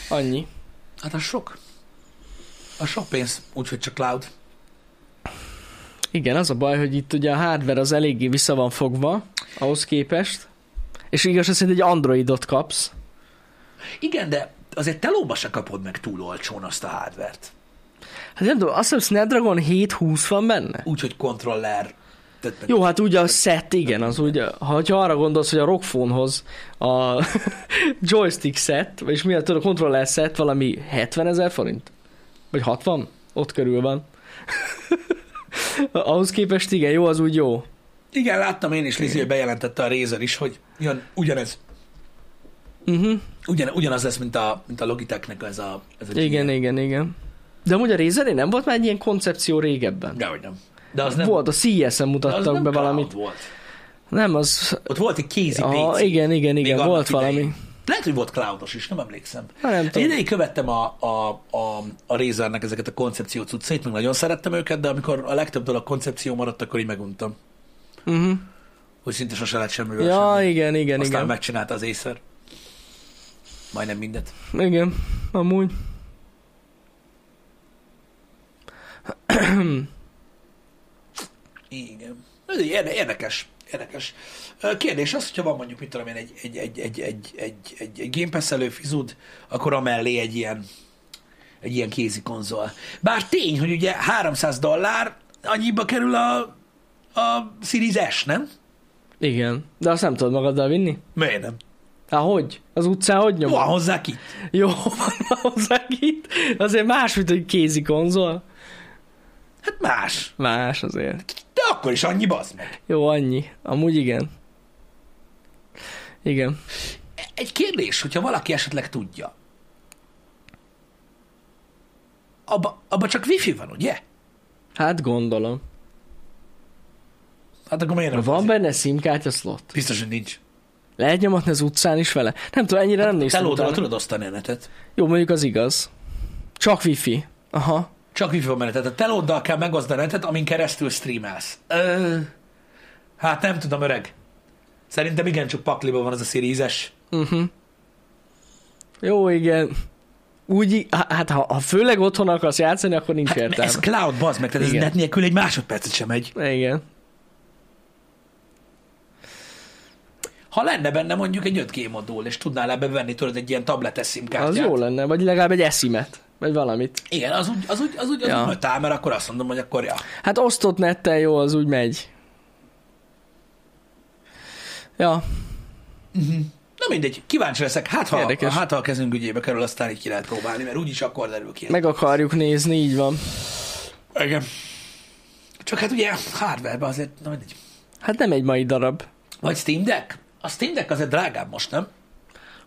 Speaker 2: Annyi.
Speaker 1: Hát az sok. A sok pénz, úgyhogy csak cloud.
Speaker 2: Igen, az a baj, hogy itt ugye a hardware az eléggé vissza van fogva, ahhoz képest. És igaz, szerint egy Androidot kapsz.
Speaker 1: Igen, de azért telóba se kapod meg túl olcsón azt a hardvert.
Speaker 2: Hát nem tudom, azt hiszem Snapdragon 720 van benne?
Speaker 1: Úgyhogy kontroller. Tehát meg-
Speaker 2: Jó, hát ugye a set, igen, az ugye, ha hogyha arra gondolsz, hogy a rockphonehoz a joystick set, és mi a tudod, a controller set valami 70 ezer forint? Vagy 60? Ott körül van. Ahhoz képest igen, jó, az úgy jó.
Speaker 1: Igen, láttam én is, Lizi, hogy bejelentette a Razer is, hogy jön, ugyanez,
Speaker 2: Uh-huh.
Speaker 1: ugyan, ugyanaz lesz, mint a, mint a Logitechnek ez a, ez a
Speaker 2: Igen, igen, igen. De amúgy a Razeré nem volt már egy ilyen koncepció régebben?
Speaker 1: Dehogy nem. De az nem,
Speaker 2: volt, a CES-en
Speaker 1: de az
Speaker 2: mutattak
Speaker 1: nem
Speaker 2: be
Speaker 1: cloud
Speaker 2: valamit.
Speaker 1: Volt.
Speaker 2: Nem, az...
Speaker 1: Ott volt egy kézi
Speaker 2: Ah,
Speaker 1: PC.
Speaker 2: igen, igen,
Speaker 1: Még
Speaker 2: igen,
Speaker 1: annak
Speaker 2: volt valami.
Speaker 1: idején. Lehet, hogy volt cloudos is, nem emlékszem.
Speaker 2: Na, nem tudom.
Speaker 1: Egy ideig követtem a, a, a, a Razernek ezeket a koncepció cuccait, meg nagyon szerettem őket, de amikor a legtöbb dolog koncepció maradt, akkor így meguntam.
Speaker 2: Uh-huh.
Speaker 1: Hogy szinte sose lett semmivel
Speaker 2: Ja,
Speaker 1: semmi.
Speaker 2: igen, igen,
Speaker 1: Aztán
Speaker 2: igen.
Speaker 1: megcsinálta az észer. Majdnem mindet.
Speaker 2: Igen, amúgy.
Speaker 1: Igen. Ez egy érde- érdekes. Érdekes. Ö, Kérdés az, hogyha van mondjuk, mit tudom én, egy, egy, egy, egy, egy, egy, egy, egy Game Pass előfizud, akkor amellé egy ilyen, egy ilyen kézi konzol. Bár tény, hogy ugye 300 dollár annyiba kerül a, a Series S, nem?
Speaker 2: Igen. De azt nem tudod magaddal vinni?
Speaker 1: Miért nem?
Speaker 2: Hát hogy? Az utcán hogy nyomod?
Speaker 1: Van hozzá ki.
Speaker 2: Jó, van hozzá itt. Azért más, mint egy kézi konzol.
Speaker 1: Hát más.
Speaker 2: Más azért.
Speaker 1: De akkor is annyi bazd meg.
Speaker 2: Jó, annyi. Amúgy igen. Igen.
Speaker 1: Egy kérdés, hogyha valaki esetleg tudja. Abba, abba csak wifi van, ugye?
Speaker 2: Hát gondolom.
Speaker 1: Hát akkor miért nem?
Speaker 2: Van benne simkártya slot?
Speaker 1: Biztos, hogy nincs.
Speaker 2: Lehet nyomatni az utcán is vele? Nem tudom, ennyire nem néztem
Speaker 1: Telódra
Speaker 2: utána.
Speaker 1: Hát, tudod osztani a netet.
Speaker 2: Jó, mondjuk az igaz. Csak wifi. Aha.
Speaker 1: Csak wifi van menetet. A telóddal kell megosztani a netet, amin keresztül streamelsz. Ö, hát nem tudom, öreg. Szerintem igencsak pakliba van az a szirízes.
Speaker 2: Uh-huh. Jó, igen. Úgy, í- há- hát ha, ha főleg otthon akarsz játszani, akkor nincs hát,
Speaker 1: Hát,
Speaker 2: értelme.
Speaker 1: ez cloud, bazd meg, tehát ez
Speaker 2: Igen.
Speaker 1: net nélkül egy másodpercet sem megy.
Speaker 2: Igen.
Speaker 1: Ha lenne benne mondjuk egy 5G modul, és tudnál ebbe venni tudod egy ilyen tabletes szimkártyát.
Speaker 2: Az jó lenne, vagy legalább egy eszimet, vagy valamit.
Speaker 1: Igen, az úgy, az úgy, az úgy, az
Speaker 2: Ja.
Speaker 1: ja. úgy mötál, mert akkor azt mondom, hogy akkor ja.
Speaker 2: Hát osztott nettel jó, az úgy megy. Ja,
Speaker 1: Na mindegy, kíváncsi leszek, hát ha,
Speaker 2: Érdekes.
Speaker 1: hát ha a kezünk ügyébe kerül, aztán így ki lehet próbálni, mert úgyis akkor derül ki.
Speaker 2: meg akarjuk nézni, így van.
Speaker 1: Igen. Csak hát ugye hardware azért, na mindegy.
Speaker 2: Hát nem egy mai darab.
Speaker 1: Vagy Steam Deck? A Steam Deck azért drágább most, nem?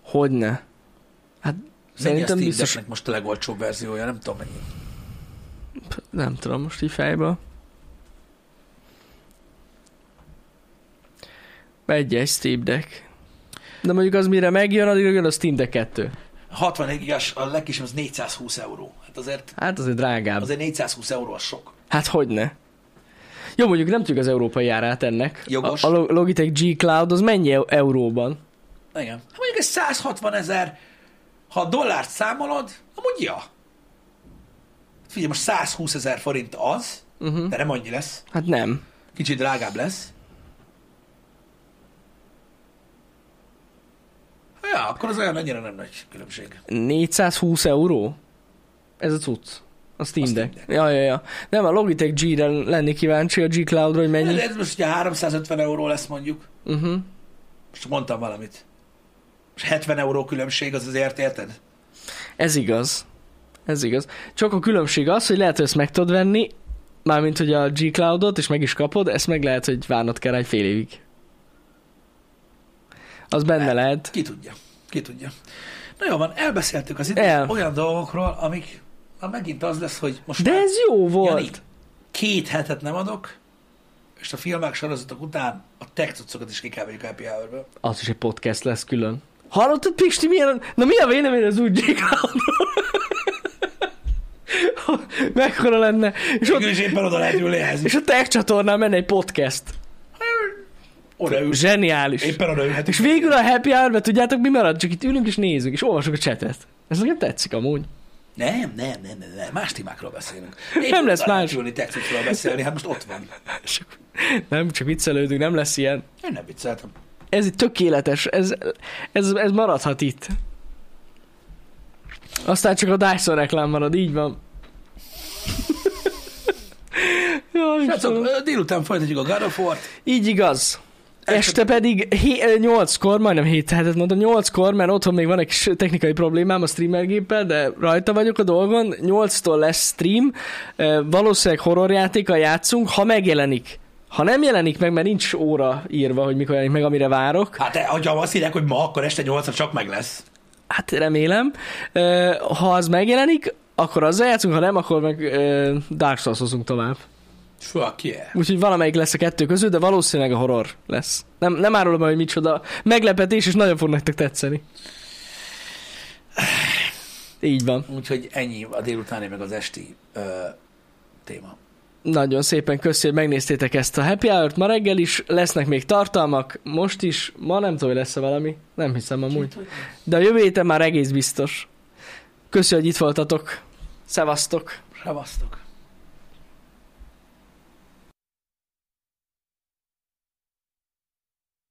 Speaker 2: Hogyne? Hát
Speaker 1: Mennyi a
Speaker 2: szerintem
Speaker 1: Steam
Speaker 2: biztos,
Speaker 1: Decknek most a legolcsóbb verziója, nem tudom mennyi.
Speaker 2: nem tudom most így fejből. Egy egy Steam Deck. De mondjuk az mire megjön, addig jön a Steam Deck 2.
Speaker 1: 61 gigás, a legkisebb az 420 euró. Hát azért,
Speaker 2: Hát azért drágább.
Speaker 1: azért 420 euró az sok.
Speaker 2: Hát hogyne. Jó, mondjuk nem tudjuk az európai árát ennek.
Speaker 1: Jogos.
Speaker 2: A, a Lo- Logitech G Cloud az mennyi eu- euróban?
Speaker 1: Igen. Hát mondjuk ez 160 ezer, ha a dollárt számolod, amúgy ja. Hát Figyelj, most 120 ezer forint az,
Speaker 2: Uh-huh.
Speaker 1: de nem annyi lesz.
Speaker 2: Hát nem.
Speaker 1: Kicsit drágább lesz. Ja, akkor az olyan annyira nem nagy különbség.
Speaker 2: 420 euró? Ez a cucc. A Steam
Speaker 1: A Steam
Speaker 2: Deck. Ja, ja, ja. Nem, a Logitech G-re lenni kíváncsi, a G Cloud-ra, hogy mennyi.
Speaker 1: De ez most ugye 350 euró lesz mondjuk.
Speaker 2: Uh-huh.
Speaker 1: Most mondtam valamit. És 70 euró különbség az azért, érted?
Speaker 2: Ez igaz. Ez igaz. Csak a különbség az, hogy lehet, hogy ezt meg tudod venni, mármint, hogy a G Cloudot, és meg is kapod, ezt meg lehet, hogy várnod kell rá egy fél évig. Az benne lehet.
Speaker 1: Ki tudja. Ki tudja. Na jó van, elbeszéltük az
Speaker 2: El.
Speaker 1: időt olyan dolgokról, amik már megint az lesz, hogy most
Speaker 2: De
Speaker 1: már,
Speaker 2: ez jó volt.
Speaker 1: Jani, két hetet nem adok, és a filmek sorozatok után a tech cuccokat is kikábeljuk happy hour
Speaker 2: Az is egy podcast lesz külön. Hallottad, Pisti, milyen... Na mi a vélemény az úgy Jake Hall-ról? Mekkora lenne? És, ott,
Speaker 1: Végül is éppen oda lehet ülni ehhez.
Speaker 2: és a tech csatornán menne egy podcast.
Speaker 1: Oda ül.
Speaker 2: Zseniális.
Speaker 1: Éppen oda ülhet.
Speaker 2: És végül a happy hour tudjátok, mi marad? Csak itt ülünk és nézzük, és olvasok a csetet. Ez nekem tetszik amúgy.
Speaker 1: Nem, nem, nem, nem, nem. Más témákról beszélünk.
Speaker 2: Nem lesz
Speaker 1: oda lehet
Speaker 2: más.
Speaker 1: Ülni tech cuccról beszélni, hát most ott van.
Speaker 2: Csak- Nem, csak viccelődünk, nem lesz ilyen.
Speaker 1: Én nem vicceltem.
Speaker 2: Ez itt tökéletes, ez, ez, ez maradhat itt. Aztán csak a Dyson reklám marad, így van. Jaj,
Speaker 1: Srácok,
Speaker 2: Istenem.
Speaker 1: ö, délután folytatjuk a God of War-t.
Speaker 2: így igaz. Este pedig hé- ö, 8-kor, majdnem 7 hetet mondtam, 8-kor, mert otthon még van egy kis technikai problémám a streamergéppel, de rajta vagyok a dolgon, 8-tól lesz stream, Ö, valószínűleg horrorjátéka játszunk, ha megjelenik. Ha nem jelenik meg, mert nincs óra írva, hogy mikor jelenik meg, amire várok,
Speaker 1: Hát, eh, hogyha azt írják, hogy ma, akkor este 8-ra csak meg lesz.
Speaker 2: Hát remélem. Ö, Ha az megjelenik, akkor azzal játszunk, ha nem, akkor meg ö, Dark souls tovább.
Speaker 1: Fuck yeah.
Speaker 2: Úgyhogy valamelyik lesz a kettő közül, de valószínűleg a horror lesz. Nem, nem árulom el, hogy micsoda. Meglepetés, és nagyon fog nektek tetszeni. Így van.
Speaker 1: Úgyhogy ennyi a délutáni, meg az esti ö, téma.
Speaker 2: Nagyon szépen köszi, hogy megnéztétek ezt a happy hour-t. Ma reggel is lesznek még tartalmak, most is. Ma nem tudom, hogy lesz-e valami. Nem hiszem amúgy. De a jövő héten már egész biztos. Köszi, hogy itt voltatok. Szevasztok!
Speaker 1: Savasztok.